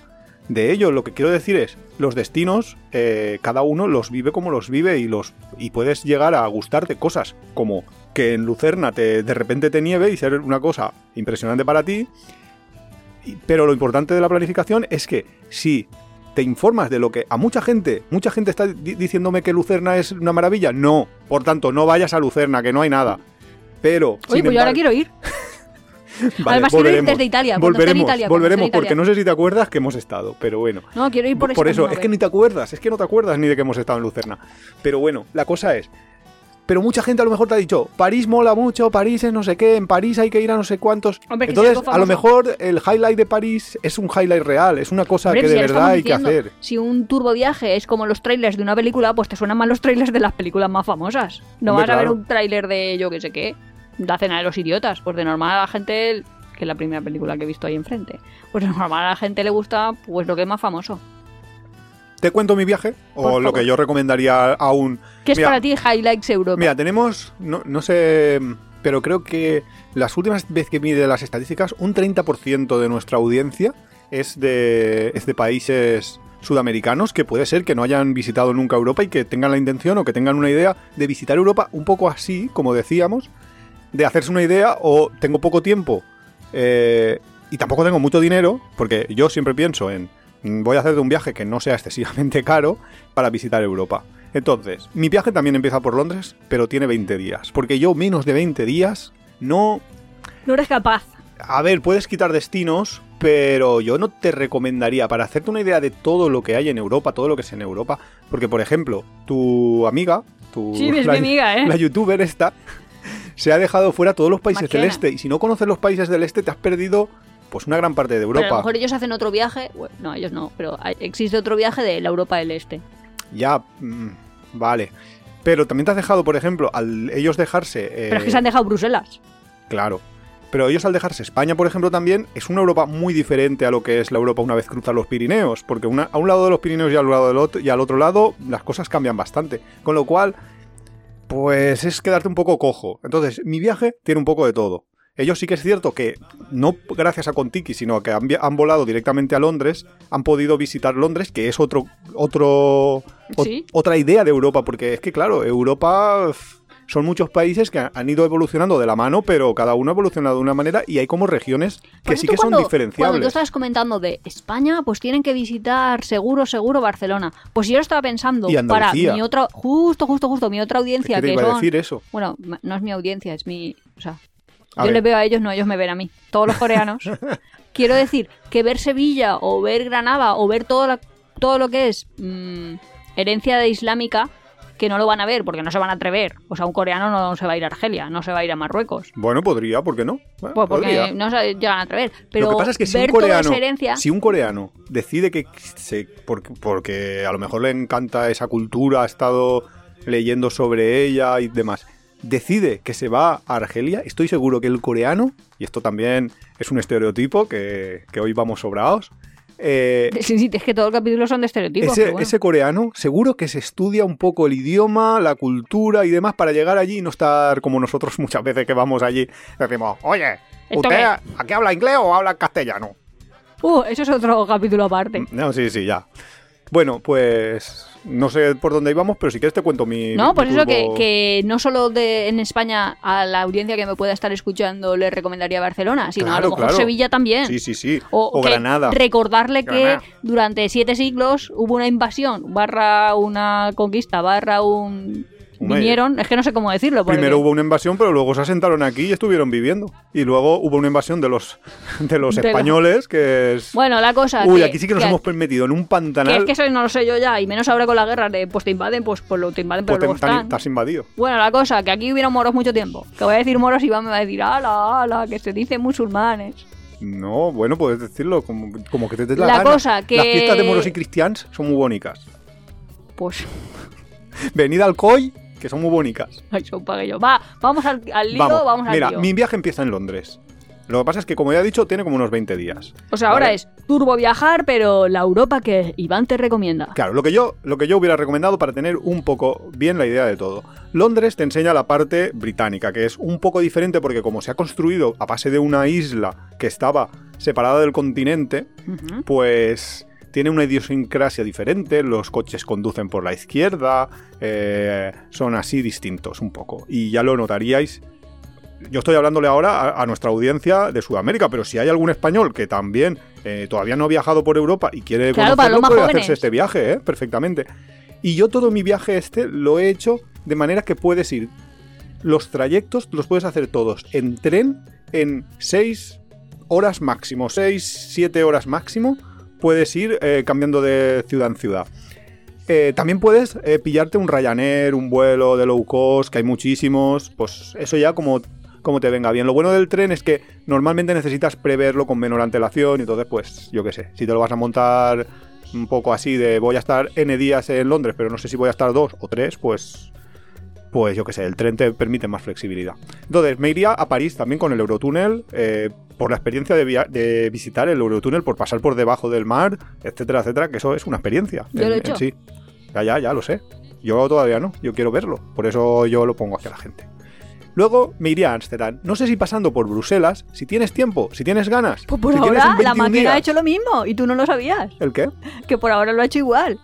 de ello. Lo que quiero decir es, los destinos, eh, cada uno los vive como los vive y, los, y puedes llegar a gustarte cosas como que en Lucerna te, de repente te nieve y ser una cosa impresionante para ti. Y- Pero lo importante de la planificación es que si te informas de lo que a mucha gente, mucha gente está di- diciéndome que Lucerna es una maravilla, no. Por tanto, no vayas a Lucerna, que no hay nada. Pero... Oye, sin pues yo ahora embargo- quiero ir. (laughs) Vale, Además, quiero ir desde Italia, cuando esté en Italia, Volveremos, cuando esté en volveremos porque Italia. no sé si te acuerdas que hemos estado, pero bueno. No, quiero ir por, Por esa eso, misma es que vez. ni te acuerdas, es que no te acuerdas ni de que hemos estado en Lucerna. Pero bueno, la cosa es. Pero mucha gente a lo mejor te ha dicho, París mola mucho, París es no sé qué, en París hay que ir a no sé cuántos. Hombre, que si Entonces, algo a lo famoso- mejor el highlight de París es un highlight real, es una cosa Hombre, que si de ya lo estamos verdad hay que diciendo, hacer. Si un turboviaje es como los trailers de una película, pues te suenan más los trailers de las películas más famosas. No Hombre, vas a ver claro. un trailer de yo que sé qué, la cena de los idiotas. Pues de normal a la gente, que es la primera película que he visto ahí enfrente, pues de normal a la gente le gusta pues lo que es más famoso. ¿Te cuento mi viaje? O Por lo favor. que yo recomendaría aún. ¿Qué es Mira, para ti Highlights Europa? Mira, tenemos, no, no sé, pero creo que las últimas veces que mide las estadísticas, un 30% de nuestra audiencia es de, es de países sudamericanos que puede ser que no hayan visitado nunca Europa y que tengan la intención o que tengan una idea de visitar Europa un poco así, como decíamos, de hacerse una idea o tengo poco tiempo eh, y tampoco tengo mucho dinero, porque yo siempre pienso en mm, voy a hacer de un viaje que no sea excesivamente (laughs) caro para visitar Europa. Entonces, mi viaje también empieza por Londres, pero tiene 20 días, porque yo menos de 20 días no... No eres capaz. A ver, puedes quitar destinos, pero yo no te recomendaría, para hacerte una idea de todo lo que hay en Europa, todo lo que es en Europa, porque por ejemplo, tu amiga, tu... Sí, es la- mi amiga, ¿eh? la youtuber esta se ha dejado fuera todos los países del Marciana. este. Y si no conoces los países del este, te has perdido pues una gran parte de Pero a lo Europa. mejor ellos hacen otro viaje. bueno, no, ellos no, pero hay- existe otro viaje de la Europa del Este. Ya, mm, vale. Pero también te has dejado, por ejemplo, al ellos dejarse. eh, Pero es que se han dejado Bruselas. Claro. Pero ellos al dejarse España, por ejemplo, también es una Europa muy diferente a lo que es la Europa una vez cruzan los Pirineos, porque una- a un lado de los Pirineos y al, lado del otro, y al otro lado las cosas cambian bastante. Con lo cual, pues es quedarte un poco cojo. Entonces, mi viaje tiene un poco de todo. Ellos sí que es cierto que, no gracias a Contiki, sino que han, vi- han volado directamente a Londres, han podido visitar Londres, que es otro, otro, o- Sí. otra idea de Europa, porque es que, claro, Europa f- son muchos países que han- han ido evolucionando de la mano, pero cada uno ha evolucionado de una manera y hay como regiones Por que eso sí tú que son cuando- Cuando tú diferenciables. estabas comentando de España, pues tienen que visitar seguro, seguro Barcelona. Pues yo lo estaba pensando Y para Andalucía. mi otra, justo, justo, justo, mi otra Es audiencia que te que iba a son. decir eso. Bueno, ma- no es mi audiencia, es mi, o sea, A yo ver. les veo a ellos, no ellos me ven a mí. Todos los (laughs) coreanos. Quiero decir que ver Sevilla o ver Granada o ver todo, la- todo lo que es mm, herencia de islámica que no lo van a ver porque no se van a atrever. O sea, un coreano no se va a ir a Argelia, no se va a ir a Marruecos. Bueno, podría, ¿por qué no? Bueno, Pues porque podría. no se llegan a atrever. Pero lo que pasa es que si un, ver toda esa coreano, herencia... si un coreano decide que se, porque, porque a lo mejor le encanta esa cultura, ha estado leyendo sobre ella y demás, decide que se va a Argelia, estoy seguro que el coreano, y esto también es un estereotipo que, que hoy vamos sobrados, eh, (laughs) Sí, sí, es que todo el capítulo son de estereotipos. ese, pero bueno. ese coreano seguro que se estudia un poco el idioma, la cultura y demás para llegar allí y no estar como nosotros (laughs) muchas veces que vamos allí. Decimos, oye, ¿Esto ¿usted aquí habla inglés o habla castellano? Uh, eso es otro capítulo aparte. No, sí, sí, ya. Bueno, pues no sé por dónde íbamos, pero si quieres te cuento mi... No, mi por eso que, turbo- que no solo de, en España a la audiencia que me pueda estar escuchando le recomendaría Barcelona, sino a Claro, lo mejor claro. Sevilla también. Sí, sí, sí. O, O, que Granada. Recordarle Granada. que durante siete siglos hubo una invasión, barra una conquista, barra un... Hombre. Vinieron, es que no sé cómo decirlo. porque- Primero hubo una invasión, pero luego se asentaron aquí y estuvieron viviendo. Y luego hubo una invasión de los, de los De los- españoles, que es... Bueno, la cosa. Uy, que- aquí sí que nos que- hemos permetido en un que es pantanal, que eso no lo sé yo ya, y menos ahora con la guerra de pues te invaden, pues, pues lo te invaden, pero pues, te- luego tan- están. estás invadido. Bueno, la cosa, que aquí hubieron moros mucho tiempo. Que voy a decir moros y Iván me va a decir, ala, ala, que se dice musulmanes. No, bueno, puedes decirlo como, como que te dé la, La gana. cosa que- Las fiestas de moros y cristians son muy bonitas. Pues, (laughs) Venid al COI, que son muy bonitas. ay, son pague yo. Va, vamos al, al lío, vamos, al Mira, lío. mi viaje empieza en Londres. Lo que pasa es que, como ya he dicho, tiene como unos 20 días. O sea, ahora Vale. es turbo viajar, pero la Europa que Iván te recomienda. Claro, lo que, yo, lo que yo hubiera recomendado para tener un poco bien la idea de todo. Londres te enseña la parte británica, que es un poco diferente porque como se ha construido a base de una isla que estaba separada del continente, Ujú. pues tiene una idiosincrasia diferente, los coches conducen por la izquierda, eh, son así distintos un poco. Y ya lo notaríais. Yo estoy hablándole ahora a, a nuestra audiencia de Sudamérica, pero si hay algún español que también eh, todavía no ha viajado por Europa y quiere Claro, para los conocerlo, más puede jóvenes. hacerse este viaje, ¿eh? perfectamente. Y yo todo mi viaje este lo he hecho de manera que puedes ir. Los trayectos los puedes hacer todos en tren en 6 horas máximo, 6, 7 horas máximo. Puedes ir eh, cambiando de ciudad en ciudad. Eh, también puedes eh, pillarte un Ryanair, un vuelo de low cost, que hay muchísimos. Pues eso ya como, como te venga bien. Lo bueno del tren es que normalmente necesitas preverlo con menor antelación. Y entonces, pues, yo qué sé, si te lo vas a montar un poco así de voy a estar N días en Londres, pero no sé si voy a estar dos o tres, pues. Pues yo qué sé, el tren te permite más flexibilidad. Entonces, me iría a París también con el Eurotúnel, eh, por la experiencia de, via- de visitar el Eurotúnel, por pasar por debajo del mar, etcétera, etcétera, que eso es una experiencia. Yo lo he en- hecho. en sí. Ya, ya, ya lo sé. Yo todavía no, yo quiero verlo. Por eso yo lo pongo hacia la gente. Luego me iría a Ámsterdam. No sé si pasando por Bruselas, si tienes tiempo, si tienes ganas. Pues por si tienes ahora un la 21 máquina ha días. hecho lo mismo y tú no lo sabías. ¿El qué? Que por ahora lo ha hecho igual.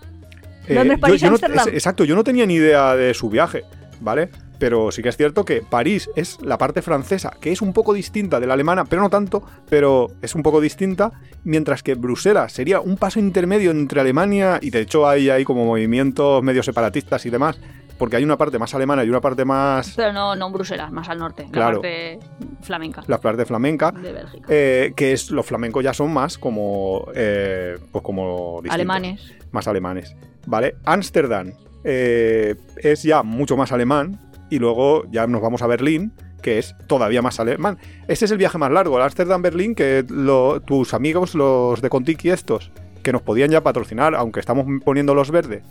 Eh, Londres, yo- París, yo no- Ámsterdam. es- exacto, yo no tenía ni idea de su viaje, ¿vale? Pero sí que es cierto que París es la parte francesa, que es un poco distinta de la alemana, pero no tanto, pero es un poco distinta, mientras que Bruselas sería un paso intermedio entre Alemania y de hecho hay, hay como movimientos medio separatistas y demás, porque hay una parte más alemana y una parte más Pero no, no en Bruselas, más al norte. Claro. La parte flamenca la parte flamenca. de Bélgica. eh, que es los flamencos ya son más como eh, pues como distintos. Alemanes. más alemanes. ¿Vale? Ámsterdam eh, es ya mucho más alemán y luego ya nos vamos a Berlín, que es todavía más alemán. Este es el viaje más largo, el Ámsterdam-Berlín, que lo- tus amigos, los de Contiki estos, que nos podían ya patrocinar, aunque estamos poniendo los verdes.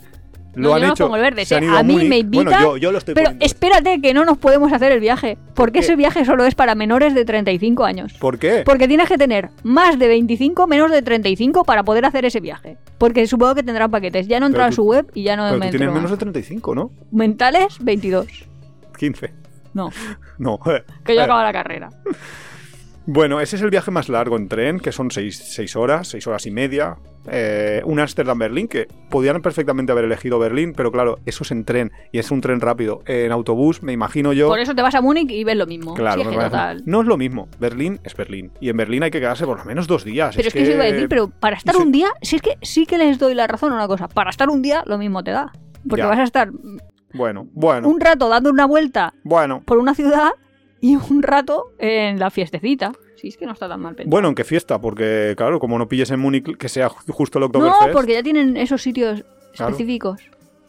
Lo No, han yo no hecho. pongo el verde, se han ¿eh? ido A mí Múnich. me Bueno, invitan, yo, yo lo estoy Pero poniendo. espérate que no nos podemos hacer el viaje, porque qué? ese viaje solo es para menores de 35 años. ¿Por qué? Porque tienes que tener más de 25, menos de 35 para poder hacer ese viaje. Porque supongo que tendrán paquetes. Ya no he Pero entrado a tú- su web y ya no Pero me tú tienes entro menos más. de 35, ¿no? Mentales, 22. 15. No, No. que yo Eh, (laughs) acabo la carrera. Bueno, ese es el viaje más largo en tren, que son 6 horas, 6 horas y media. Eh, un Ámsterdam-Berlín, que podían perfectamente haber elegido Berlín, pero claro, eso es en tren y es un tren rápido. Eh, En autobús, me imagino yo. Por eso te vas a Múnich y ves lo mismo. Claro, Sí, es me que parece- total. no es lo mismo. Berlín es Berlín. Y en Berlín hay que quedarse por lo menos dos días. Pero es que eso iba a decir, pero para estar sí. un día, si es que sí que les doy la razón a una cosa, para estar un día lo mismo te da. Porque Ya. vas a estar Bueno, bueno, un rato dando una vuelta bueno. por una ciudad y un rato en la fiestecita. Si es que no está tan mal pensado. Bueno, aunque fiesta, porque claro, como no pilles en Múnich que sea ju- justo el Oktoberfest. no, porque ya tienen esos sitios Claro. específicos.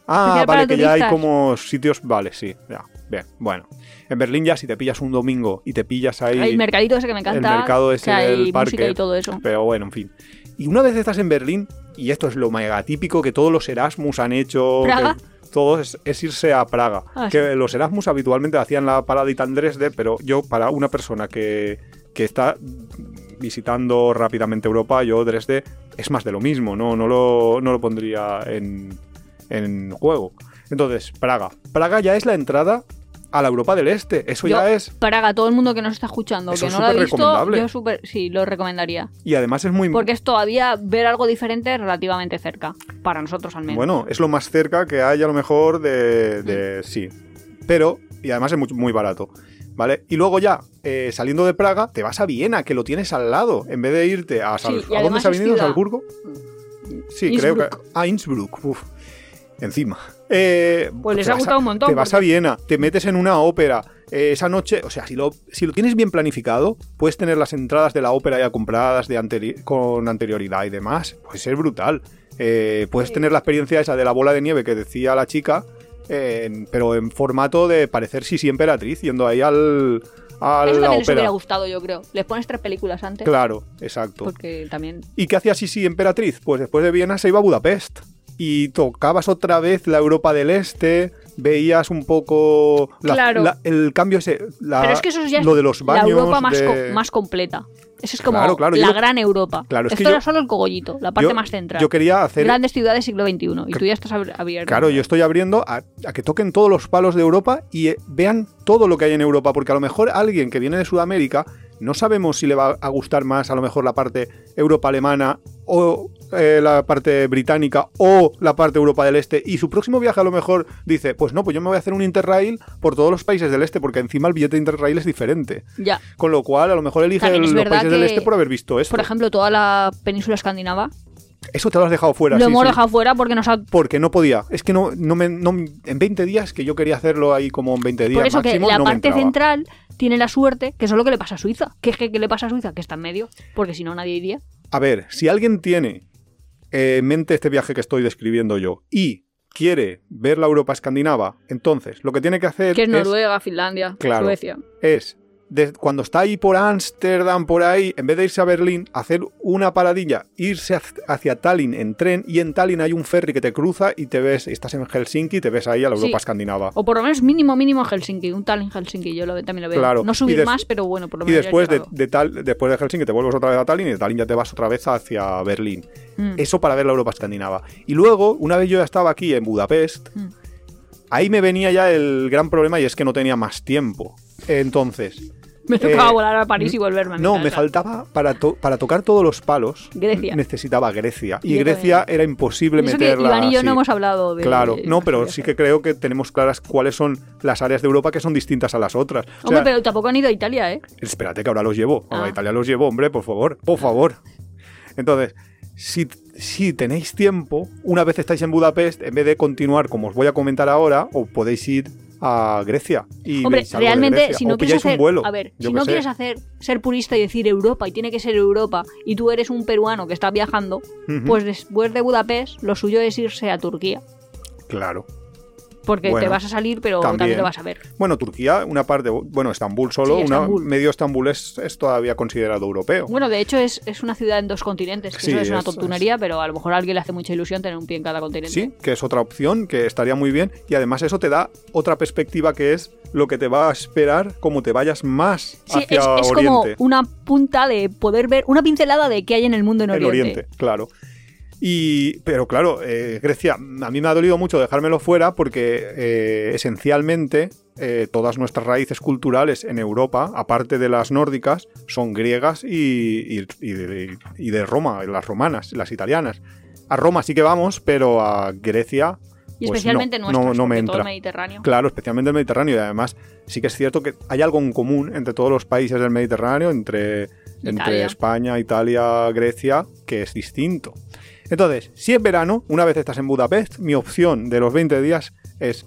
Ah, Especial para vale, que ya hay turistas. como sitios. Vale, sí, ya. Bien, bueno. En Berlín ya si te pillas un domingo y te pillas ahí. El mercadito ese que me encanta. el mercado ese que hay del parque. música y todo eso. Pero bueno, en fin. Y una vez estás en Berlín, y esto es lo mega típico que todos los Erasmus han hecho, ¿Praga? que todos es, es irse a Praga. Ah, que los Erasmus habitualmente hacían la paradita en Dresde, pero yo para una persona que, que está visitando rápidamente Europa, yo Dresde es más de lo mismo, no, no, lo, no lo pondría en, en juego. Entonces, Praga. Praga ya es la entrada a la Europa del Este, eso Yo- ya es... Praga, todo el mundo que nos está escuchando, Eso que es no lo ha súper visto, recomendable. yo súper- sí, lo recomendaría. Y además es muy... Porque es todavía ver algo diferente relativamente cerca. Para nosotros al menos. Bueno, es lo más cerca que hay a lo mejor de, de- sí. Pero, y además es muy, muy barato. ¿Vale? Y luego ya, eh, saliendo de Praga, te vas a Viena, que lo tienes al lado, en vez de irte a Sal- Sí, y ¿A dónde además se ha es venido? ciudad. ¿Salzburgo? Sí, creo que. Innsbruck. A Innsbruck, uf. Encima. Eh, Pues les te ha vas a- gustado un montón, Te vas a Viena, ah, te metes en una ópera. eh, esa noche, o sea, si lo, si lo tienes bien planificado, puedes tener las entradas de la ópera ya compradas de anteri- con anterioridad y demás. Puede ser brutal. Eh, puedes tener la experiencia esa de la bola de nieve que decía la chica, eh, en- pero en formato de parecer Sisi Emperatriz, yendo ahí al, a Eso también la les hubiera ópera. gustado, yo creo. Les pones tres películas antes. Claro, exacto. Porque también. ¿Y qué hacía Sisi Emperatriz? Pues después de Viena se iba a Budapest. Y tocabas otra vez la Europa del Este, veías un poco la- Claro. la- el cambio ese, la- Pero es que eso ya es lo de los baños. la Europa más, de- co- más completa. Eso es como Claro, claro, yo la lo- gran Europa. Claro, es Esto que yo- era solo el cogollito, la parte Yo- más central. Yo quería hacer... Grandes ciudades siglo XXI. Y tú ya estás abri- abierto. Claro, yo estoy abriendo a, a que toquen todos los palos de Europa y eh, vean todo lo que hay en Europa, porque a lo mejor alguien que viene de Sudamérica no sabemos si le va a gustar más a lo mejor la parte Europa alemana o eh, la parte británica o la parte Europa del Este y su próximo viaje a lo mejor dice, pues no, pues yo me voy a hacer un Interrail por todos los países del Este, porque encima el billete de Interrail es diferente. Ya. Con lo cual a lo mejor elige También es los verdad países del que, Este por haber visto esto. Por ejemplo, toda la península escandinava. Eso te lo has dejado fuera. lo sí, hemos sí. dejado fuera porque nos ha Porque no podía. Es que no, no me. no- en 20 días, que yo quería hacerlo ahí como en 20 días. Por eso máximo, que la no me parte entraba. central tiene la suerte, que eso es lo que le pasa a Suiza. Que es que que le pasa a Suiza, que está en medio, porque si no nadie iría. A ver, si alguien tiene eh, en mente este viaje que estoy describiendo yo y quiere ver la Europa escandinava, entonces lo que tiene que hacer Que es Noruega, Finlandia, Eh, Claro. Suecia. es, de- cuando está ahí por Ámsterdam, por ahí, en vez de irse a Berlín, hacer una paradilla, irse hac- hacia Tallinn en tren y en Tallinn hay un ferry que te cruza y te ves, estás en Helsinki y te ves ahí a la Sí. Europa escandinava. O por lo menos mínimo, mínimo Helsinki, un tal en Helsinki, yo lo, también lo veo. Claro. No subir Y des- más, pero bueno, por lo Y menos. ya después he de, llegado. de tal, después de Helsinki te vuelves otra vez a Tallinn y de Tallinn ya te vas otra vez hacia Berlín. Mm. Eso para ver la Europa escandinava. Y luego, una vez yo ya estaba aquí en Budapest, Mm. ahí me venía ya el gran problema y es que no tenía más tiempo. Entonces, (laughs) Me tocaba eh, volar a París y volverme a mi no, me casa. faltaba para, to- para tocar todos los palos. Grecia. Necesitaba Grecia. Y Yo Grecia era imposible Eso que meterla. Iván y yo así. no hemos hablado de. Claro, de- (laughs) no, pero sí que creo que tenemos claras cuáles son las áreas de Europa que son distintas a las otras. O Hombre, sea, pero tampoco han ido a Italia, ¿eh? Espérate que ahora los llevo. Ah. A Italia los llevo, hombre, por favor, por favor. Entonces, si, si tenéis tiempo, una vez estáis en Budapest, en vez de continuar como os voy a comentar ahora, os podéis ir a Grecia. Y Hombre, veis algo de realmente, Grecia. si O no quieres pilláis un hacer. vuelo, a ver, yo si qué no sé. quieres hacer ser purista y decir Europa y tiene que ser Europa y tú eres un peruano que está viajando, Ujú. pues después de Budapest lo suyo es irse a Turquía. Claro. Porque te Bueno, vas a salir, pero también, también. te vas a ver. Bueno, Turquía, una parte, bueno, Estambul solo, Sí, una- Estambul. medio Estambul es, es todavía considerado europeo. Bueno, de hecho es, es una ciudad en dos continentes, que Sí, eso es una es- tontunería, pero a lo mejor a alguien le hace mucha ilusión tener un pie en cada continente. Sí, que es otra opción, que estaría muy bien. Y además eso te da otra perspectiva que es lo que te va a esperar como te vayas más Sí, hacia es, es como Oriente. una punta de poder ver, una pincelada de qué hay en el mundo en El Oriente. Oriente, claro. Y, pero claro, eh, Grecia, a mí me ha dolido mucho dejármelo fuera porque eh, esencialmente eh, todas nuestras raíces culturales en Europa, aparte de las nórdicas, son griegas y, y- y de, y de Roma, las romanas, las italianas. A Roma sí que vamos, pero a Grecia... Y pues no, especialmente no, nuestras, no me porque todo el entra. Mediterráneo. Claro, especialmente el Mediterráneo. Y además, sí que es cierto que hay algo en común entre todos los países del Mediterráneo, entre, entre Italia. España, Italia, Grecia, que es distinto. Entonces, si es verano, una vez estás en Budapest, mi opción de los 20 días es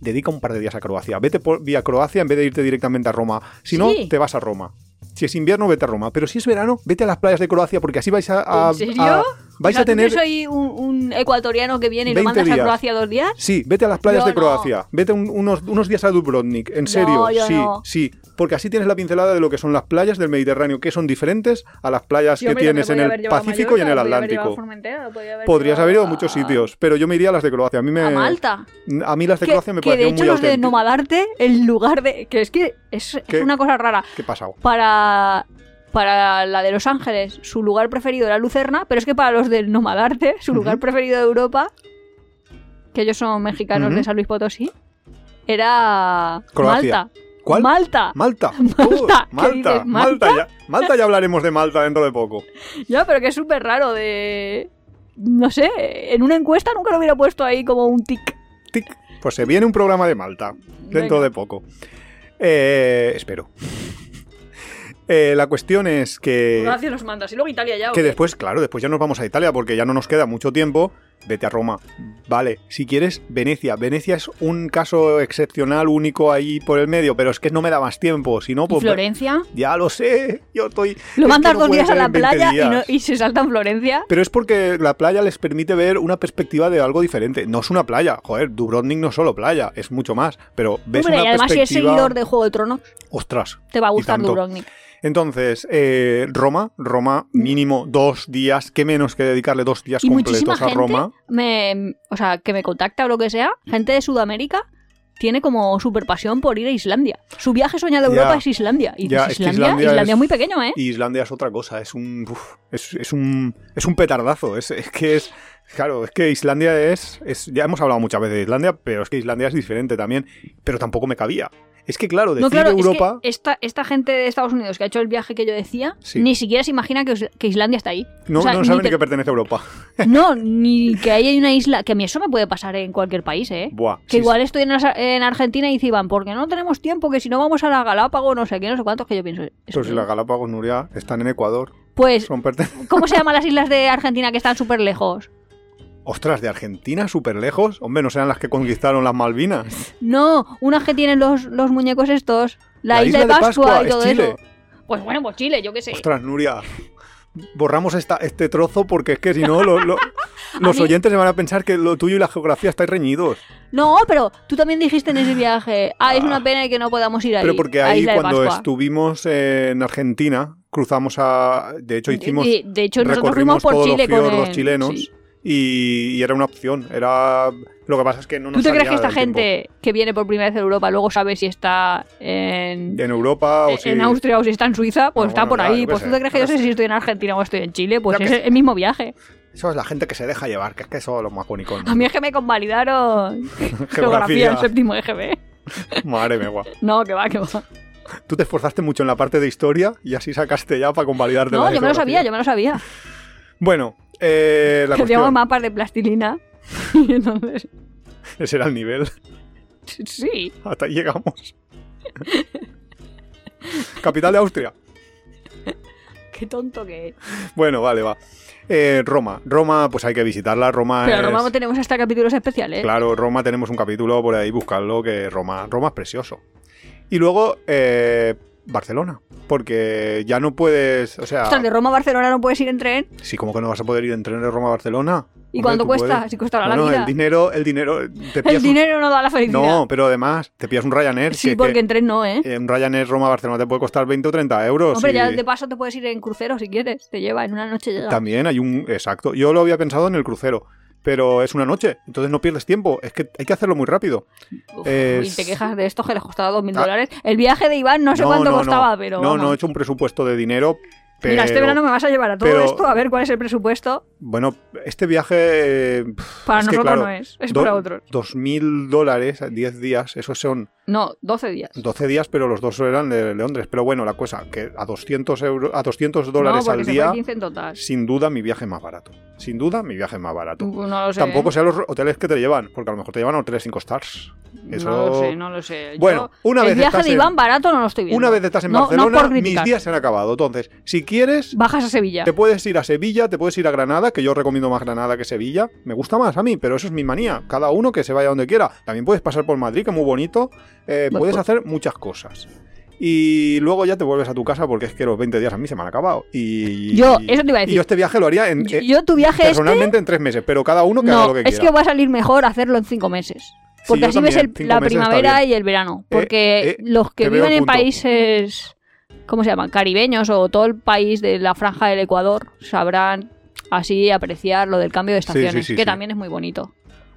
dedica un par de días a Croacia. Vete por, vía Croacia en vez de irte directamente a Roma. Si no, Sí. te vas a Roma. Si es invierno, vete a Roma. Pero si es verano, vete a las playas de Croacia porque así vais a... a- ¿En serio? a- O vais sea, a ¿tú tener... que soy un, un ecuatoriano que viene y lo 20 mandas a días. Croacia dos días? Sí, vete a las playas Yo de no. Croacia. Vete un- unos, unos días a Dubrovnik, en serio. yo sí, no. sí. Porque así tienes la pincelada de lo que son las playas del Mediterráneo, que son diferentes a las playas Sí, que hombre, tienes en también podía el haber llevado a Pacífico y en el Mallorca, podía haber llevado a Atlántico. Formentera, podía haber Podrías haber ido a llevado muchos sitios, pero yo me iría a las de Croacia. A mí me. A Malta. A mí las Eh, de Que, Croacia me que de parecieron hecho muy los de auténticas. Nomadarte, en lugar de... Que es que es, es ¿Qué? una cosa rara. ¿Qué pasado? Para, para la de Los Ángeles, su lugar preferido era Lucerna, pero es que para los del Nomadarte, su lugar Ujú. preferido de Europa, que ellos son mexicanos Ujú. de San Luis Potosí, era Croacia. Malta. ¿Cuál? Malta. (laughs) Malta. Oh, Malta. ¿Qué Malta. dices, Malta ya, Malta ya hablaremos de Malta dentro de poco. Ya, pero que es súper raro de... No sé, en una encuesta nunca lo hubiera puesto ahí como un tic. Tic. Pues se viene un programa de Malta. dentro Venga. de poco. Eh, espero. (laughs) Eh, la cuestión es que, Croacia nos mandas y luego Italia ya. ¿o Eh, que qué? después, claro, después ya nos vamos a Italia porque ya no nos queda mucho tiempo vete a Roma. Vale, si quieres, Venecia. Venecia es un caso excepcional, único ahí por el medio, pero es que no me da más tiempo. Si no, ¿Y pues. Florencia? Ya lo sé, yo estoy. Lo es mandas que no dos puede días a ser la en 20 playa y, días. no- y se salta en Florencia. Pero es porque la playa les permite ver una perspectiva de algo diferente. No es una playa, joder, Dubrovnik no es solo playa, es mucho más. Pero ves Hombre, y una además si perspectiva. eres seguidor de Juego de Tronos, Ostras. te va a Y gustar tanto. Dubrovnik. Entonces, eh, Roma, Roma, mínimo dos días, qué menos que dedicarle dos días Y muchísima completos a gente ¿eh? Roma. Me, o sea, que me contacta o lo que sea, gente de Sudamérica tiene como super pasión por ir a Islandia. Su viaje soñado a Ya. Europa es Islandia. Y Ya, dices, es que Islandia, Islandia Islandia, es- es muy pequeño, ¿eh? Y Islandia es otra cosa, es un uf, es, es un es un petardazo, es, es que es claro, es que Islandia es, es ya hemos hablado muchas veces de Islandia, pero es que Islandia es diferente también, pero tampoco me cabía. Es que claro, decir No, claro, es que Europa esta, esta gente de Estados Unidos que ha hecho el viaje que yo decía, Sí. ni siquiera se imagina que, Is- que Islandia está ahí. eh, no, O sea, no ni saben ni te- que pertenece a Europa. No, ni que ahí hay una isla. Que a mí eso me puede pasar en cualquier país, ¿eh? Buah, Que sí, igual estoy en, Asa- en Argentina y dice Iván, porque no tenemos tiempo, que si no vamos a la Galápago, no sé qué, no sé cuántos, que yo pienso. pero si las Galápagos Nuria están en Ecuador, Pues, Pues son (laughs) pertenecen. ¿cómo se llaman las islas de Argentina que están súper lejos? Ostras, de Argentina súper lejos, hombre, no serán las que conquistaron las Malvinas. No, unas que tienen los, los muñecos estos, la, isla, de Pascua, y es todo Chile. eso. Pues bueno, pues Chile, yo qué sé. Ostras, Nuria. Borramos esta, este trozo porque es que si no, lo- (laughs) lo- los mí- oyentes se van a pensar que lo tuyo y la geografía estáis reñidos. No, pero tú también dijiste en ese viaje, ah, es una pena que no podamos ir ahí. Pero porque a ahí Isla de cuando Pascua". estuvimos en Argentina, cruzamos a... De hecho, hicimos... de, de hecho, nosotros recorrimos fuimos por todos Chile los con fiordos el- chilenos sí. y, y era una opción. Era... Lo que pasa es que no nos ¿Tú te crees salía que esta del tiempo. gente que viene por primera vez a Europa luego sabe si está en, En Europa o si... Eh, en Austria o si está en Suiza? Pues No, está bueno, por ya, yo ahí. qué Pues sé, tú te crees que yo yo qué sé sé. si estoy en Argentina o estoy en Chile, pues Yo es qué el mismo viaje. Eso es la gente que se deja llevar, que es que son los más bonitos. A mí es que me (laughs) convalidaron (laughs) geografía en séptimo EGB. Madre mía, guau. No, que va, que va. Tú te esforzaste mucho en la parte de historia y así sacaste ya para convalidarte No, la yo me lo geografía. sabía, yo me lo sabía. Bueno, eh, (laughs) la Hacíamos cuestión, mapas de plastilina. (laughs) Y entonces, ese era el nivel. (laughs) sí. Hasta ahí llegamos. Capital de Austria. Qué tonto que es. Bueno, vale, va. Eh, Roma. Roma, pues hay que visitarla. Roma Pero Ah, es... Roma no tenemos hasta capítulos especiales. (laughs) Claro, Roma tenemos un capítulo por ahí, buscarlo, que Roma, Roma es precioso. Y luego, eh, Barcelona. Porque ya no puedes... O sea, Ostras, de Roma a Barcelona no puedes ir en tren. sí, como que no vas a poder ir en tren de Roma a Barcelona. ¿Y Hombre, cuánto tú cuesta? puedes. Si costará No, no, la vida. el dinero, el dinero... (laughs) Te El pillas un- dinero no da la felicidad. No, pero además, te pillas un Ryanair. que- sí, que- porque en tren no, ¿eh? En Ryanair Roma-Barcelona te puede costar 20 o 30 euros. Hombre, y ya de paso te puedes ir en crucero si quieres. Te lleva, en una noche llega. También hay un... Exacto. Yo lo había pensado en el crucero, pero es una noche, entonces no pierdes tiempo. Es que hay que hacerlo muy rápido. Uf, es- Y te quejas de esto que les costaba 2.000 Ah. dólares. El viaje de Iván no sé cuánto costaba, no, pero. No, vamos. no, he hecho un presupuesto de dinero, pero... Mira, este verano me vas a llevar a todo pero- esto a ver cuál es el presupuesto. Bueno, este viaje... eh, Para Es que, nosotros claro, no es, es do- para otros. 2.000 dólares, 10 días, esos son No, 12 días. 12 días, pero los dos eran de Londres. Pero bueno, la cosa, que a 200, euros, a 200 dólares no, porque al se día, fue 15 en total. sin duda mi viaje es más barato. Sin duda mi viaje es más barato. No lo sé. ¿eh? Tampoco sean los hoteles que te llevan, porque a lo mejor te llevan a hoteles 5 stars. Eso... No lo sé, no lo sé. Bueno, Yo- una vez El viaje estás de en- Iván barato no lo estoy viendo. Una vez estás en No- no Barcelona, por mis criticar. días se han acabado. Entonces, si quieres, Bajas a Sevilla. te puedes ir a Sevilla, te puedes ir a Granada, que yo recomiendo más Granada que Sevilla. Me gusta más a mí, pero eso es mi manía. Cada uno que se vaya donde quiera. También puedes pasar por Madrid, que es muy bonito. Eh, Bu- puedes bu- hacer muchas cosas. Y luego ya te vuelves a tu casa porque es que los 20 días a mí se me han acabado. Y Yo, eso te iba a y decir. yo este viaje lo haría en, Yo- eh, yo tu viaje este personalmente en tres meses, pero cada uno que haga No, lo que quiera. es que va a salir mejor hacerlo en cinco meses. Porque yo así ves también, el- cinco la meses está primavera y el verano. Porque eh, los que te veo viven en punto. países, ¿cómo se llaman? Caribeños o todo el país de la franja del Ecuador sabrán así apreciar lo del cambio de Sí, sí, estaciones, sí, que sí. también es muy bonito.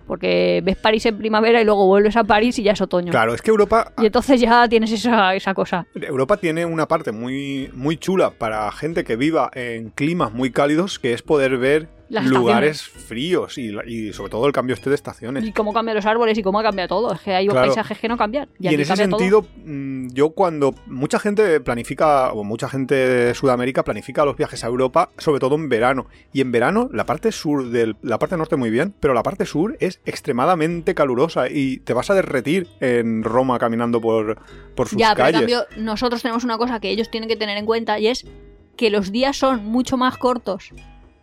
Porque ves París en primavera y luego vuelves a París y ya es otoño. Claro, es que Europa Y entonces ya tienes esa, esa cosa. Europa tiene una parte muy, muy chula para gente que viva en climas muy cálidos, que es poder ver Las lugares fríos y, la- y sobre todo el cambio este de estaciones. Y cómo cambian los árboles y cómo cambia todo. Es que hay Claro. paisajes que no cambian. Y, Y, en aquí ese cambia todo. sentido, mm, yo cuando mucha gente planifica, o mucha gente de Sudamérica planifica los viajes a Europa, sobre todo en verano. Y en verano, la parte sur del, la parte norte muy bien, pero la parte sur es extremadamente calurosa y te vas a derretir en Roma caminando por, por pues, sus ya, calles. pero en cambio, nosotros tenemos una cosa que ellos tienen que tener en cuenta y es que los días son mucho más cortos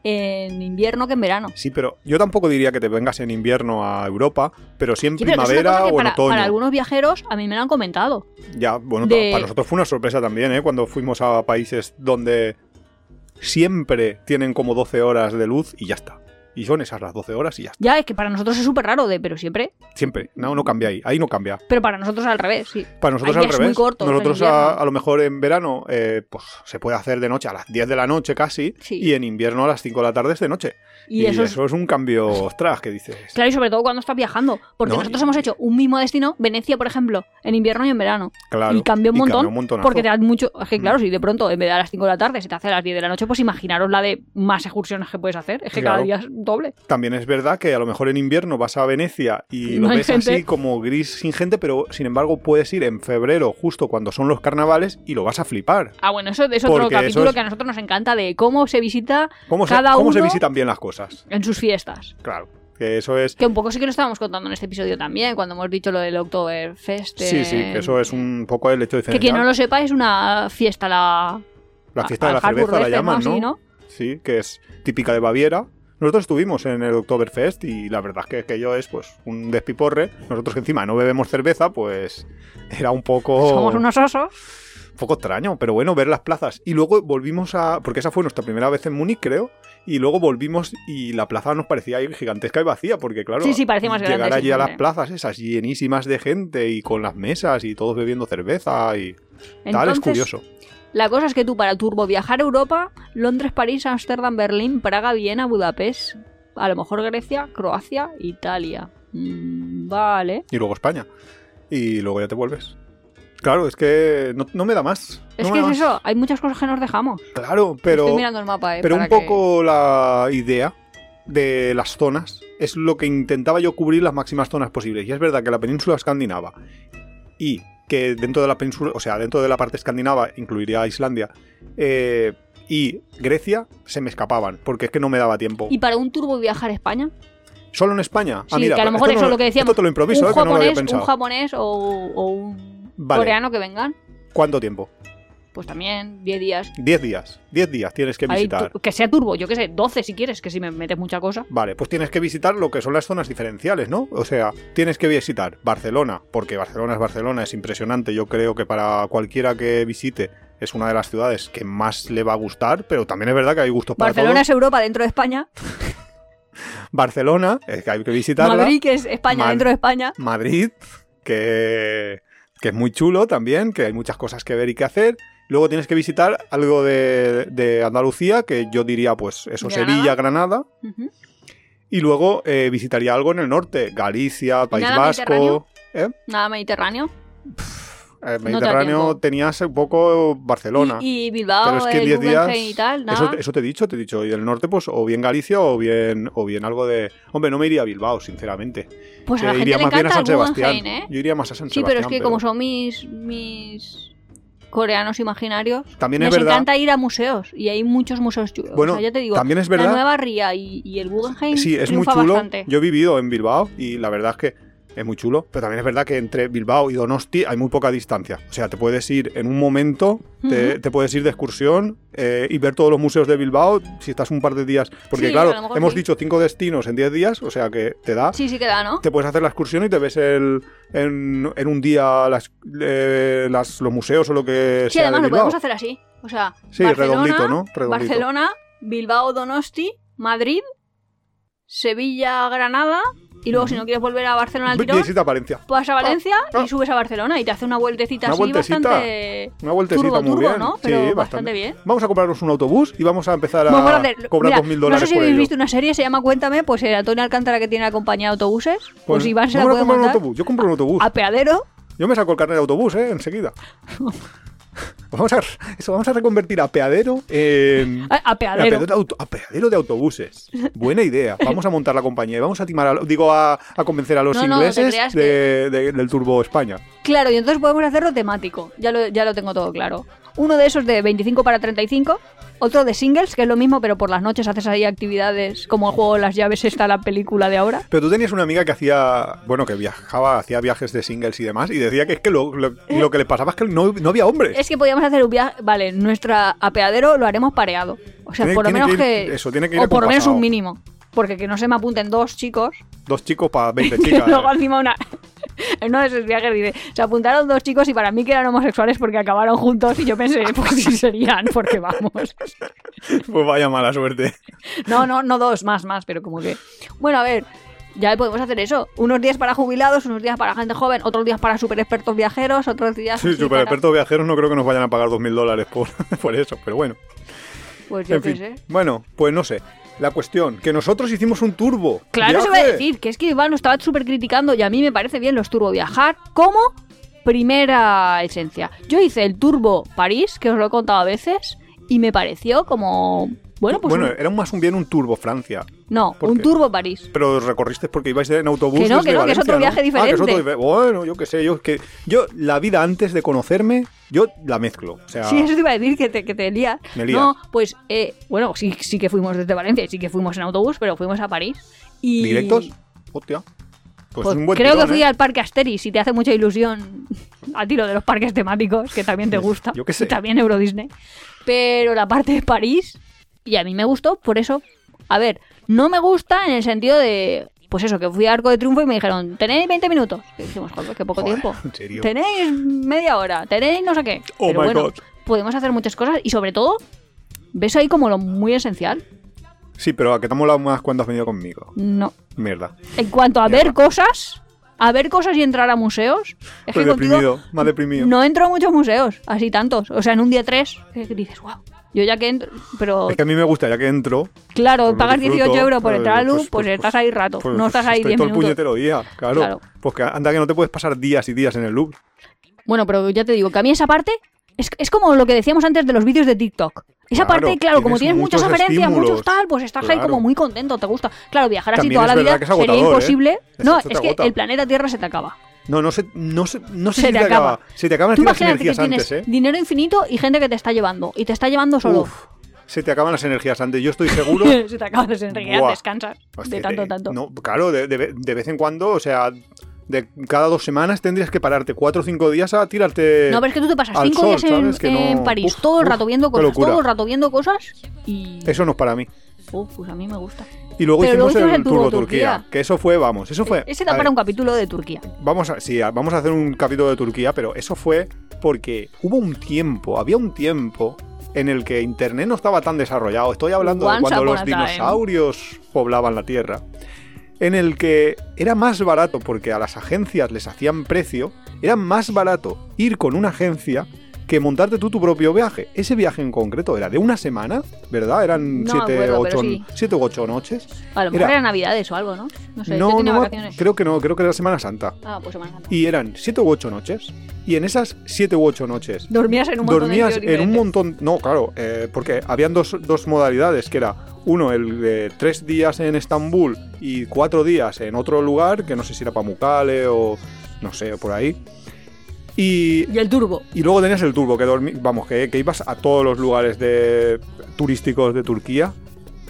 en invierno que en verano. Sí, pero yo tampoco diría que te vengas en invierno a Europa, pero sí en Sí, pero que es una primavera cosa que o en para, otoño. para algunos viajeros a mí me lo han comentado. Ya, bueno, de- pa- para nosotros fue una sorpresa también, ¿eh? Cuando fuimos a países donde siempre tienen como 12 horas de luz y ya está. Y son esas las 12 horas y ya está. Ya, es que para nosotros es súper raro, de, pero siempre. Siempre. No, no cambia ahí. Ahí no cambia. Pero para nosotros al revés, sí. Para nosotros Hay al días revés. muy cortos en nosotros a, invierno. a lo mejor en verano eh, pues se puede hacer de noche a las 10 de la noche casi Sí. y en invierno a las 5 de la tarde es de noche. Y, eso, es... un cambio, ostras, que dices. Claro, y sobre todo cuando estás viajando. Porque No, nosotros y- hemos hecho un mismo destino, Venecia, por ejemplo, en invierno y en verano. Claro. y cambia un montón. montonazo. Mm. porque te dan mucho. Es que claro, si de pronto en vez de a las 5 de la tarde se te hace a las 10 de la noche, pues imaginaros la de más excursiones que puedes hacer. Es que cada Claro. día es doble. También es verdad que a lo mejor en invierno vas a Venecia y lo No hay ves gente. así como gris sin gente, pero sin embargo puedes ir en febrero, justo cuando son los carnavales, y lo vas a flipar. Ah, bueno, eso es otro Porque eso capítulo es- que a nosotros nos encanta de cómo se visita ¿Cómo, se, Cada cómo se uno- visitan bien las cosas? en sus fiestas. Claro. Que eso es. Que un poco sí que lo estábamos contando en este episodio también, cuando hemos dicho lo del Oktoberfest. Sí, sí, en- que eso es un poco el hecho Que diferencial. quien no lo sepa es una fiesta, la. La fiesta de al la Harburg cerveza este, ¿no? la llaman, Sí, ¿no? ¿no? Sí, que es típica de Baviera. Nosotros estuvimos en el Oktoberfest y la verdad es que aquello es pues un despiporre. Nosotros que encima no bebemos cerveza, pues era un poco... Somos unos osos. un poco extraño, pero bueno, ver las plazas. Y luego volvimos a. Porque esa fue nuestra primera vez en Múnich, creo. Y luego volvimos y la plaza nos parecía ahí gigantesca y vacía, porque claro. Sí, sí, parecía más grande, Llegar allí sí, a las hombre. plazas esas llenísimas de gente y con las mesas y todos bebiendo cerveza y tal, es Entonces, curioso. La cosa es que tú para turbo viajar a Europa, Londres, París, Ámsterdam, Berlín, Praga, Viena, Budapest, a lo mejor Grecia, Croacia, Italia. Mm, vale. Y luego España. Y luego ya te vuelves. Claro, es que no, no me da más. Es No que me da es más. eso, hay muchas cosas que nos dejamos. Claro, pero. Estoy mirando el mapa, eh, Pero un para que- poco la idea de las zonas es lo que intentaba yo cubrir las máximas zonas posibles. Y es verdad que la península escandinava y que dentro de la península, o sea, dentro de la parte escandinava incluiría a Islandia eh, y Grecia se me escapaban porque es que no me daba tiempo. Y para un turbo viajar a España, Solo en España. Ah, Sí, mira, que a lo mejor esto eso no- es lo que decíamos. Esto te lo improviso, un, eh, que no lo había japonés, pensado. un japonés o, o un Vale. coreano que vengan, ¿Cuánto tiempo? pues también 10 días. 10 días. 10 días tienes que Ahí visitar. tu- que sea turbo, yo que sé, 12 si quieres, que si me metes mucha cosa. Vale, pues tienes que visitar lo que son las zonas diferenciales, ¿no? O sea, tienes que visitar Barcelona, porque Barcelona es Barcelona, es impresionante. Yo creo que para cualquiera que visite es una de las ciudades que más le va a gustar, pero también es verdad que hay gustos para Barcelona todos. es Europa dentro de España, Barcelona, es que hay que visitarla. Madrid que es España Mal. dentro de España. Madrid, que, que es muy chulo también, que hay muchas cosas que ver y que hacer. Luego tienes que visitar algo de, de Andalucía, que yo diría, pues eso, Granada. Sevilla, Granada. Ujú. Y luego eh, visitaría algo en el norte, Galicia, País Nada Vasco. mediterráneo. ¿eh? Nada mediterráneo. El No te da Eh, Mediterráneo tiempo. tenías un poco Barcelona. Y, y Bilbao, pero es que el 10 días. Guggenheim y tal, nada. eso, eso te he dicho, te he dicho. Y del norte, pues, o bien Galicia o bien, o bien algo de. Hombre, no me iría a Bilbao, sinceramente. pues a Eh, la gente iría le más bien a encanta San el Guggenheim, Sebastián. ¿eh? Yo iría más a San Sí, pero Sebastián. es que como son mis, mis coreanos imaginarios, También es les verdad. encanta ir a museos. Y hay muchos museos chulos. Bueno, o sea, ya te digo, también es la verdad. nueva Ría y, y el Guggenheim Sí, es muy triunfa chulo. bastante. Yo he vivido en Bilbao y la verdad es que es muy chulo. Pero también es verdad que entre Bilbao y Donosti hay muy poca distancia. O sea, te puedes ir en un momento, te, Ujú. te puedes ir de excursión eh, y ver todos los museos de Bilbao si estás un par de días. Porque Sí, a lo claro, mejor hemos sí. dicho cinco destinos en 10 días, o sea que te da. Sí, sí queda, ¿no? Te puedes hacer la excursión y te ves el, en, en un día las, eh, las- los museos o lo que Sí, sea además de lo Bilbao. podemos hacer así. O sea, Sí, Barcelona, redondito, ¿no? Redondito. Barcelona, Bilbao, Donosti, Madrid, Sevilla, Granada. Y luego, si no quieres volver a Barcelona al tirón, Visita Valencia. vas a Valencia Ah, ah. y subes a Barcelona y te hace una vueltecita Una así vueltecita. bastante. Una vueltecita Turbo, muy turbo, bien. ¿no? Sí, Pero bastante bastante bien. Vamos a comprarnos un autobús y vamos a empezar a, Vamos a hacer- cobrar mira, dos mil dólares No sé si por habéis ello. visto una serie, se llama Cuéntame, pues el Antonio Alcántara que tiene la compañía de autobuses. Pues, Pues Iván se la vamos puede a comprar un montar autobús. Yo compro un autobús. (laughs) a Peadero. Yo me saco el carnet de autobús, (laughs) ¿eh? Enseguida. vamos, a, eso, vamos a reconvertir a peadero en... A, a a Peadero. peadero, de auto- a peadero de autobuses. Buena idea. Vamos a montar la compañía y vamos a timar, a, digo, a, a convencer a los No, no, no te ingleses creas de- de- del Turbo España. Claro, y entonces podemos hacerlo temático. Ya lo, ya lo tengo todo claro. Uno de esos de 25 para 35, Otro de singles, que es lo mismo, pero por las noches haces ahí actividades como el juego de las llaves, está la película de ahora. Pero tú tenías una amiga que hacía, bueno, que viajaba, hacía viajes de singles y demás, y decía que es que lo, lo- lo que le pasaba es que no, no había hombres. Es que podíamos hacer un viaje. Vale, nuestra apeadero lo haremos pareado. O sea, Tiene- por lo tiene menos que. que ir- eso, tiene que ir o por lo menos acompasado. un mínimo. Porque que no se me apunten dos chicos. Dos chicos (laughs) para 20 que chicas. luego encima una. En uno de esos viajes dice, se apuntaron dos chicos y para mí que eran homosexuales porque acabaron juntos y yo pensé, (laughs) pues sí serían, porque vamos. Pues vaya mala (laughs) suerte. No, no, no dos, más, más, pero como que. Bueno, a ver, ya podemos hacer eso. Unos días para jubilados, unos días para gente joven, otros días para super expertos viajeros, otros días. Sí, así super para- expertos viajeros no creo que nos vayan a pagar 2.000 dólares por, (laughs) por eso, pero bueno. Pues yo En qué fin. sé. Bueno, pues no sé. La cuestión, que nosotros hicimos un turbo. Claro, eso Viaje. voy a decir, que es que Iván lo estaba súper criticando y a mí me parece bien los turbo viajar como primera esencia. Yo hice el turbo París, que os lo he contado a veces, y me pareció como. Bueno, pues. bueno, un- era más un bien un turbo Francia. no, ¿por un qué? turbo París. Pero recorriste porque ibais en autobús. Que no, desde que no, que es Valencia, otro ¿no? viaje Ah, que es otro diferente. dife- bueno, yo qué sé, yo que yo la vida antes de conocerme, yo la mezclo. O (laughs) sea, Sí, eso te iba a decir que te, que te lías. Me lía. No, pues, eh, bueno, sí, sí que fuimos desde Valencia y sí que fuimos en autobús, pero fuimos a París. Y, directos. Hostia. Pues, pues es un buen creo tirón, que fui ¿eh? al parque Asterix y te hace mucha ilusión a ti lo de los parques temáticos, que también te gusta. Yo qué sé. Y también Euro Disney. Pero la parte de París, y a mí me gustó, por eso. A ver, no me gusta en el sentido de. Pues eso, que fui a Arco de Triunfo y me dijeron, tenéis 20 minutos. Y dijimos, joder, qué poco Joder, tiempo. en serio. Tenéis media hora, tenéis no sé qué. Oh Pero my bueno, God. podemos hacer muchas cosas y sobre todo, ves ahí como lo muy esencial. Sí, pero a que te ha molado más cuando has venido conmigo. No. Mierda. En cuanto a Ya. ver cosas, a ver cosas y entrar a museos, es Estoy que contigo deprimido, más deprimido. no entro a muchos museos, así tantos. O sea, en un día tres, que dices, wow. Yo ya que entro, pero Es que a mí me gusta, ya que entro. claro, pues lo pagas disfruto, 18 euros por eh, entrar a luz, pues- pues, pues- estás ahí rato, pues no estás ahí estoy 10 todo el minutos. puñetero día, claro. Claro. Pues que anda que no te puedes pasar días y días en el loop. Bueno, pero ya te digo que a mí esa parte es, es como lo que decíamos antes de los vídeos de TikTok. Esa Claro, parte, claro, como tienes tienes muchas muchos referencias, estímulos. muchos tal, pues estás ahí Claro. como muy contento, te gusta. Claro, viajar así También toda es la verdad vida que es sería agotador, ¿eh? imposible. Eso No, te es que agota. el planeta Tierra se te acaba. No, no sé, no sé, no sé Se si te te, acaba. acaba. Se te acaban Tú las imagínate que energías tienes antes, ¿eh? dinero infinito y gente que te está llevando. Y te está llevando solo. Uf, se te acaban las energías antes. Yo estoy seguro. (laughs) se te acaba de enriquecer, Buah. descansas Hostia, eh, de tanto en tanto. No, claro, de, de ve- de vez en cuando, o sea, de cada dos semanas tendrías que pararte cuatro o cinco días a tirarte. No, pero es que tú te pasas al cinco sol, días en, ¿sabes? Que no- en París, Uf, todo el uf, rato viendo qué cosas, locura. todo el rato viendo cosas y... Eso no es para mí. Uf, pues a mí me gusta. Y luego Pero luego hicimos hicimos el, el Turbo Turbo Turquía, Turquía. Que eso fue, vamos, eso fue. Ese da Eh, a ver, para un capítulo de Turquía. Vamos a, sí, a- vamos a hacer un capítulo de Turquía, pero eso fue porque hubo un tiempo, había un tiempo en el que Internet no estaba tan desarrollado. Estoy hablando Once de cuando upon a los time. dinosaurios poblaban la Tierra. En el que era más barato, porque a las agencias les hacían precio, era más barato ir con una agencia que montarte tú tu propio viaje. Ese viaje en concreto era de una semana, ¿verdad? No Eran me siete, acuerdo, pero ocho, sí. siete u ocho noches. A lo mejor Era- era Navidades o algo, ¿no? No sé, yo no, tenía no, vacaciones. creo que no, creo que era Semana Santa. Ah, pues Semana Santa. Y eran siete u ocho noches. Y en esas siete u ocho noches Dormías en un montón de dormías sitios en un diferentes. montón... No, claro, eh, porque habían dos, dos modalidades, que era uno, el de tres días en Estambul y cuatro días en otro lugar, que no sé si era Pamukkale o no sé, por ahí. Y, Y el turbo. y luego tenías el turbo, que dormi- vamos, que, que ibas a todos los lugares de, turísticos de Turquía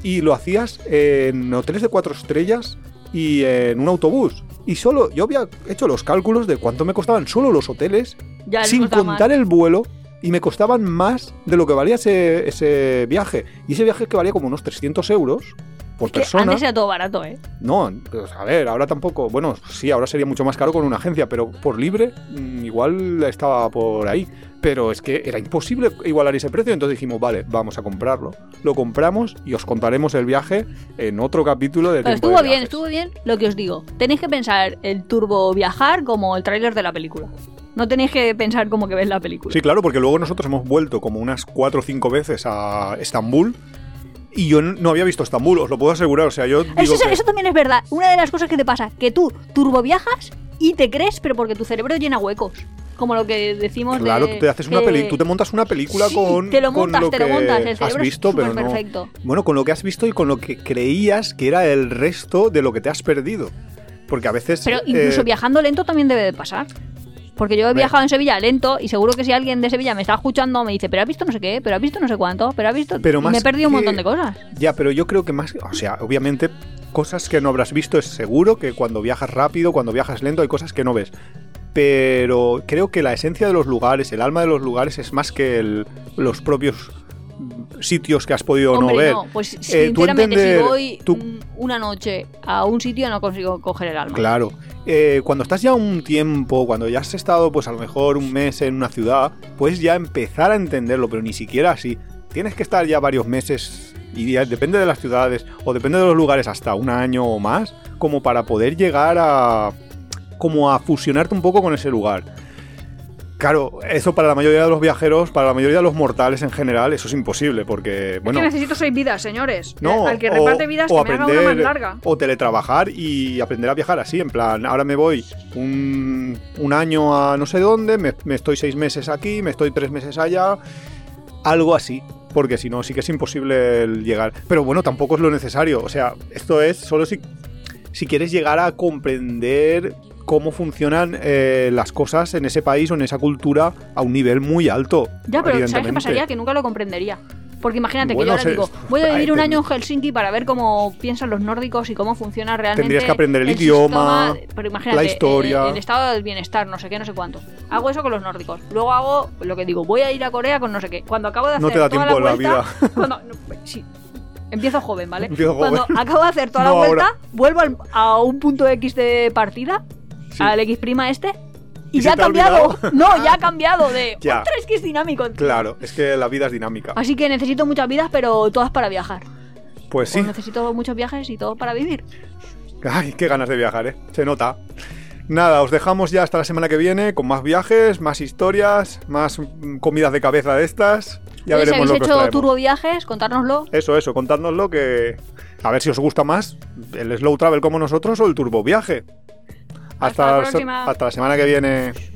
y lo hacías en hoteles de cuatro estrellas y en un autobús. Y solo, yo había hecho los cálculos de cuánto me costaban solo los hoteles, Ya les sin costaba más. contar el vuelo, y me costaban más de lo que valía ese, ese viaje. Y ese viaje que valía como unos 300 euros por Que persona. Antes era todo barato, ¿eh? No, pues, a ver, ahora tampoco. Bueno, sí, ahora sería mucho más caro con una agencia, pero por libre mm, igual estaba por ahí. Pero es que era imposible igualar ese precio, entonces dijimos, vale, vamos a comprarlo. Lo compramos y os contaremos el viaje en otro capítulo de Pero Tiempo estuvo de bien, Viajes. estuvo bien. Lo que os digo, tenéis que pensar el turbo viajar como el tráiler de la película. No tenéis que pensar como que ves la película. Sí, claro, porque luego nosotros hemos vuelto como unas cuatro o cinco veces a Estambul y yo n- no había visto Estambul, os lo puedo asegurar. O sea, yo digo eso, eso- que- eso también es verdad. Una de las cosas que te pasa, que tú turbo viajas y te crees, pero porque tu cerebro llena huecos. Como lo que decimos Claro, de... tú te haces una que- peli, tú te montas una película Sí, con te lo con montas, te lo que montas, el has cerebro es visto, pero no. superperfecto. Bueno, con lo que has visto y con lo que creías que era el resto de lo que te has perdido. Porque a veces Pero incluso eh, viajando lento también debe de pasar. Porque yo he Hombre. viajado en Sevilla lento y seguro que si alguien de Sevilla me está escuchando me dice, pero has visto no sé qué, pero has visto no sé cuánto, pero has visto... Pero Y más me he perdido un que- montón de cosas. Ya, pero yo creo que más, o sea, obviamente cosas que no habrás visto es seguro que cuando viajas rápido, cuando viajas lento hay cosas que no ves. Pero creo que la esencia de los lugares, el alma de los lugares es más que el- los propios mm, sitios que has podido Hombre, no ver. no, pues Eh, tú sinceramente entender- si voy tú- mm, una noche a un sitio no consigo coger el alma. Claro. Eh, cuando estás ya un tiempo, cuando ya has estado pues a lo mejor un mes en una ciudad, puedes ya empezar a entenderlo, pero ni siquiera así. Tienes que estar ya varios meses y ya depende de las ciudades o depende de los lugares hasta un año o más, como para poder llegar a como a fusionarte un poco con ese lugar. Claro, eso para la mayoría de los viajeros, para la mayoría de los mortales en general, eso es imposible porque bueno, Es que necesito seis vidas, señores. no, Al que o- reparte vidas o que me haga una más aprender- larga. O teletrabajar y aprender a viajar así, en plan, ahora me voy un, un año a no sé dónde, me, me estoy seis meses aquí, me estoy tres meses allá, algo así. Porque si no, sí que es imposible el llegar. Pero bueno, tampoco es lo necesario. O sea, esto es solo si, si quieres llegar a comprender cómo funcionan eh, las cosas en ese país o en esa cultura a un nivel muy alto. Ya, pero ¿sabes qué evidentemente. pasaría? Que nunca lo comprendería. Porque imagínate Bueno, que yo ahora se- digo, voy a ay, vivir un ten- año en Helsinki para ver cómo piensan los nórdicos y cómo funciona realmente. Tendrías que aprender el sistema- idioma, pero imagínate, la historia. El, el estado del bienestar, no sé qué, no sé cuánto. Hago eso con los nórdicos. Luego hago lo que digo, voy a ir a Corea con no sé qué. Cuando acabo de hacer No te da toda tiempo la en la vuelta, (laughs) cuando- no, sí, Empiezo joven, ¿vale? Empiezo joven. Cuando acabo de hacer toda la No vuelta, ahora. vuelvo al- a un punto X de partida, Sí. al X prima este, y, ¿Y ya se ha te ha cambiado. olvidado? no, (laughs) ya ha cambiado de. Ya. "Ostras, es que es dinámico. Claro, es que la vida es dinámica. Así que necesito muchas vidas, pero todas para viajar. Pues sí. O necesito muchos viajes y todo para vivir. Ay, qué ganas de viajar, ¿eh? Se nota. Nada, os dejamos ya hasta la semana que viene con más viajes, más historias, más mm, comidas de cabeza de estas. Ya Oye, Eh, si veremos habéis lo que os hecho traemos. turbo viajes, contárnoslo. Eso, eso, contádnoslo que... A ver si os gusta más el slow travel como nosotros o el turbo viaje. Hasta la se- próxima. hasta la semana que viene.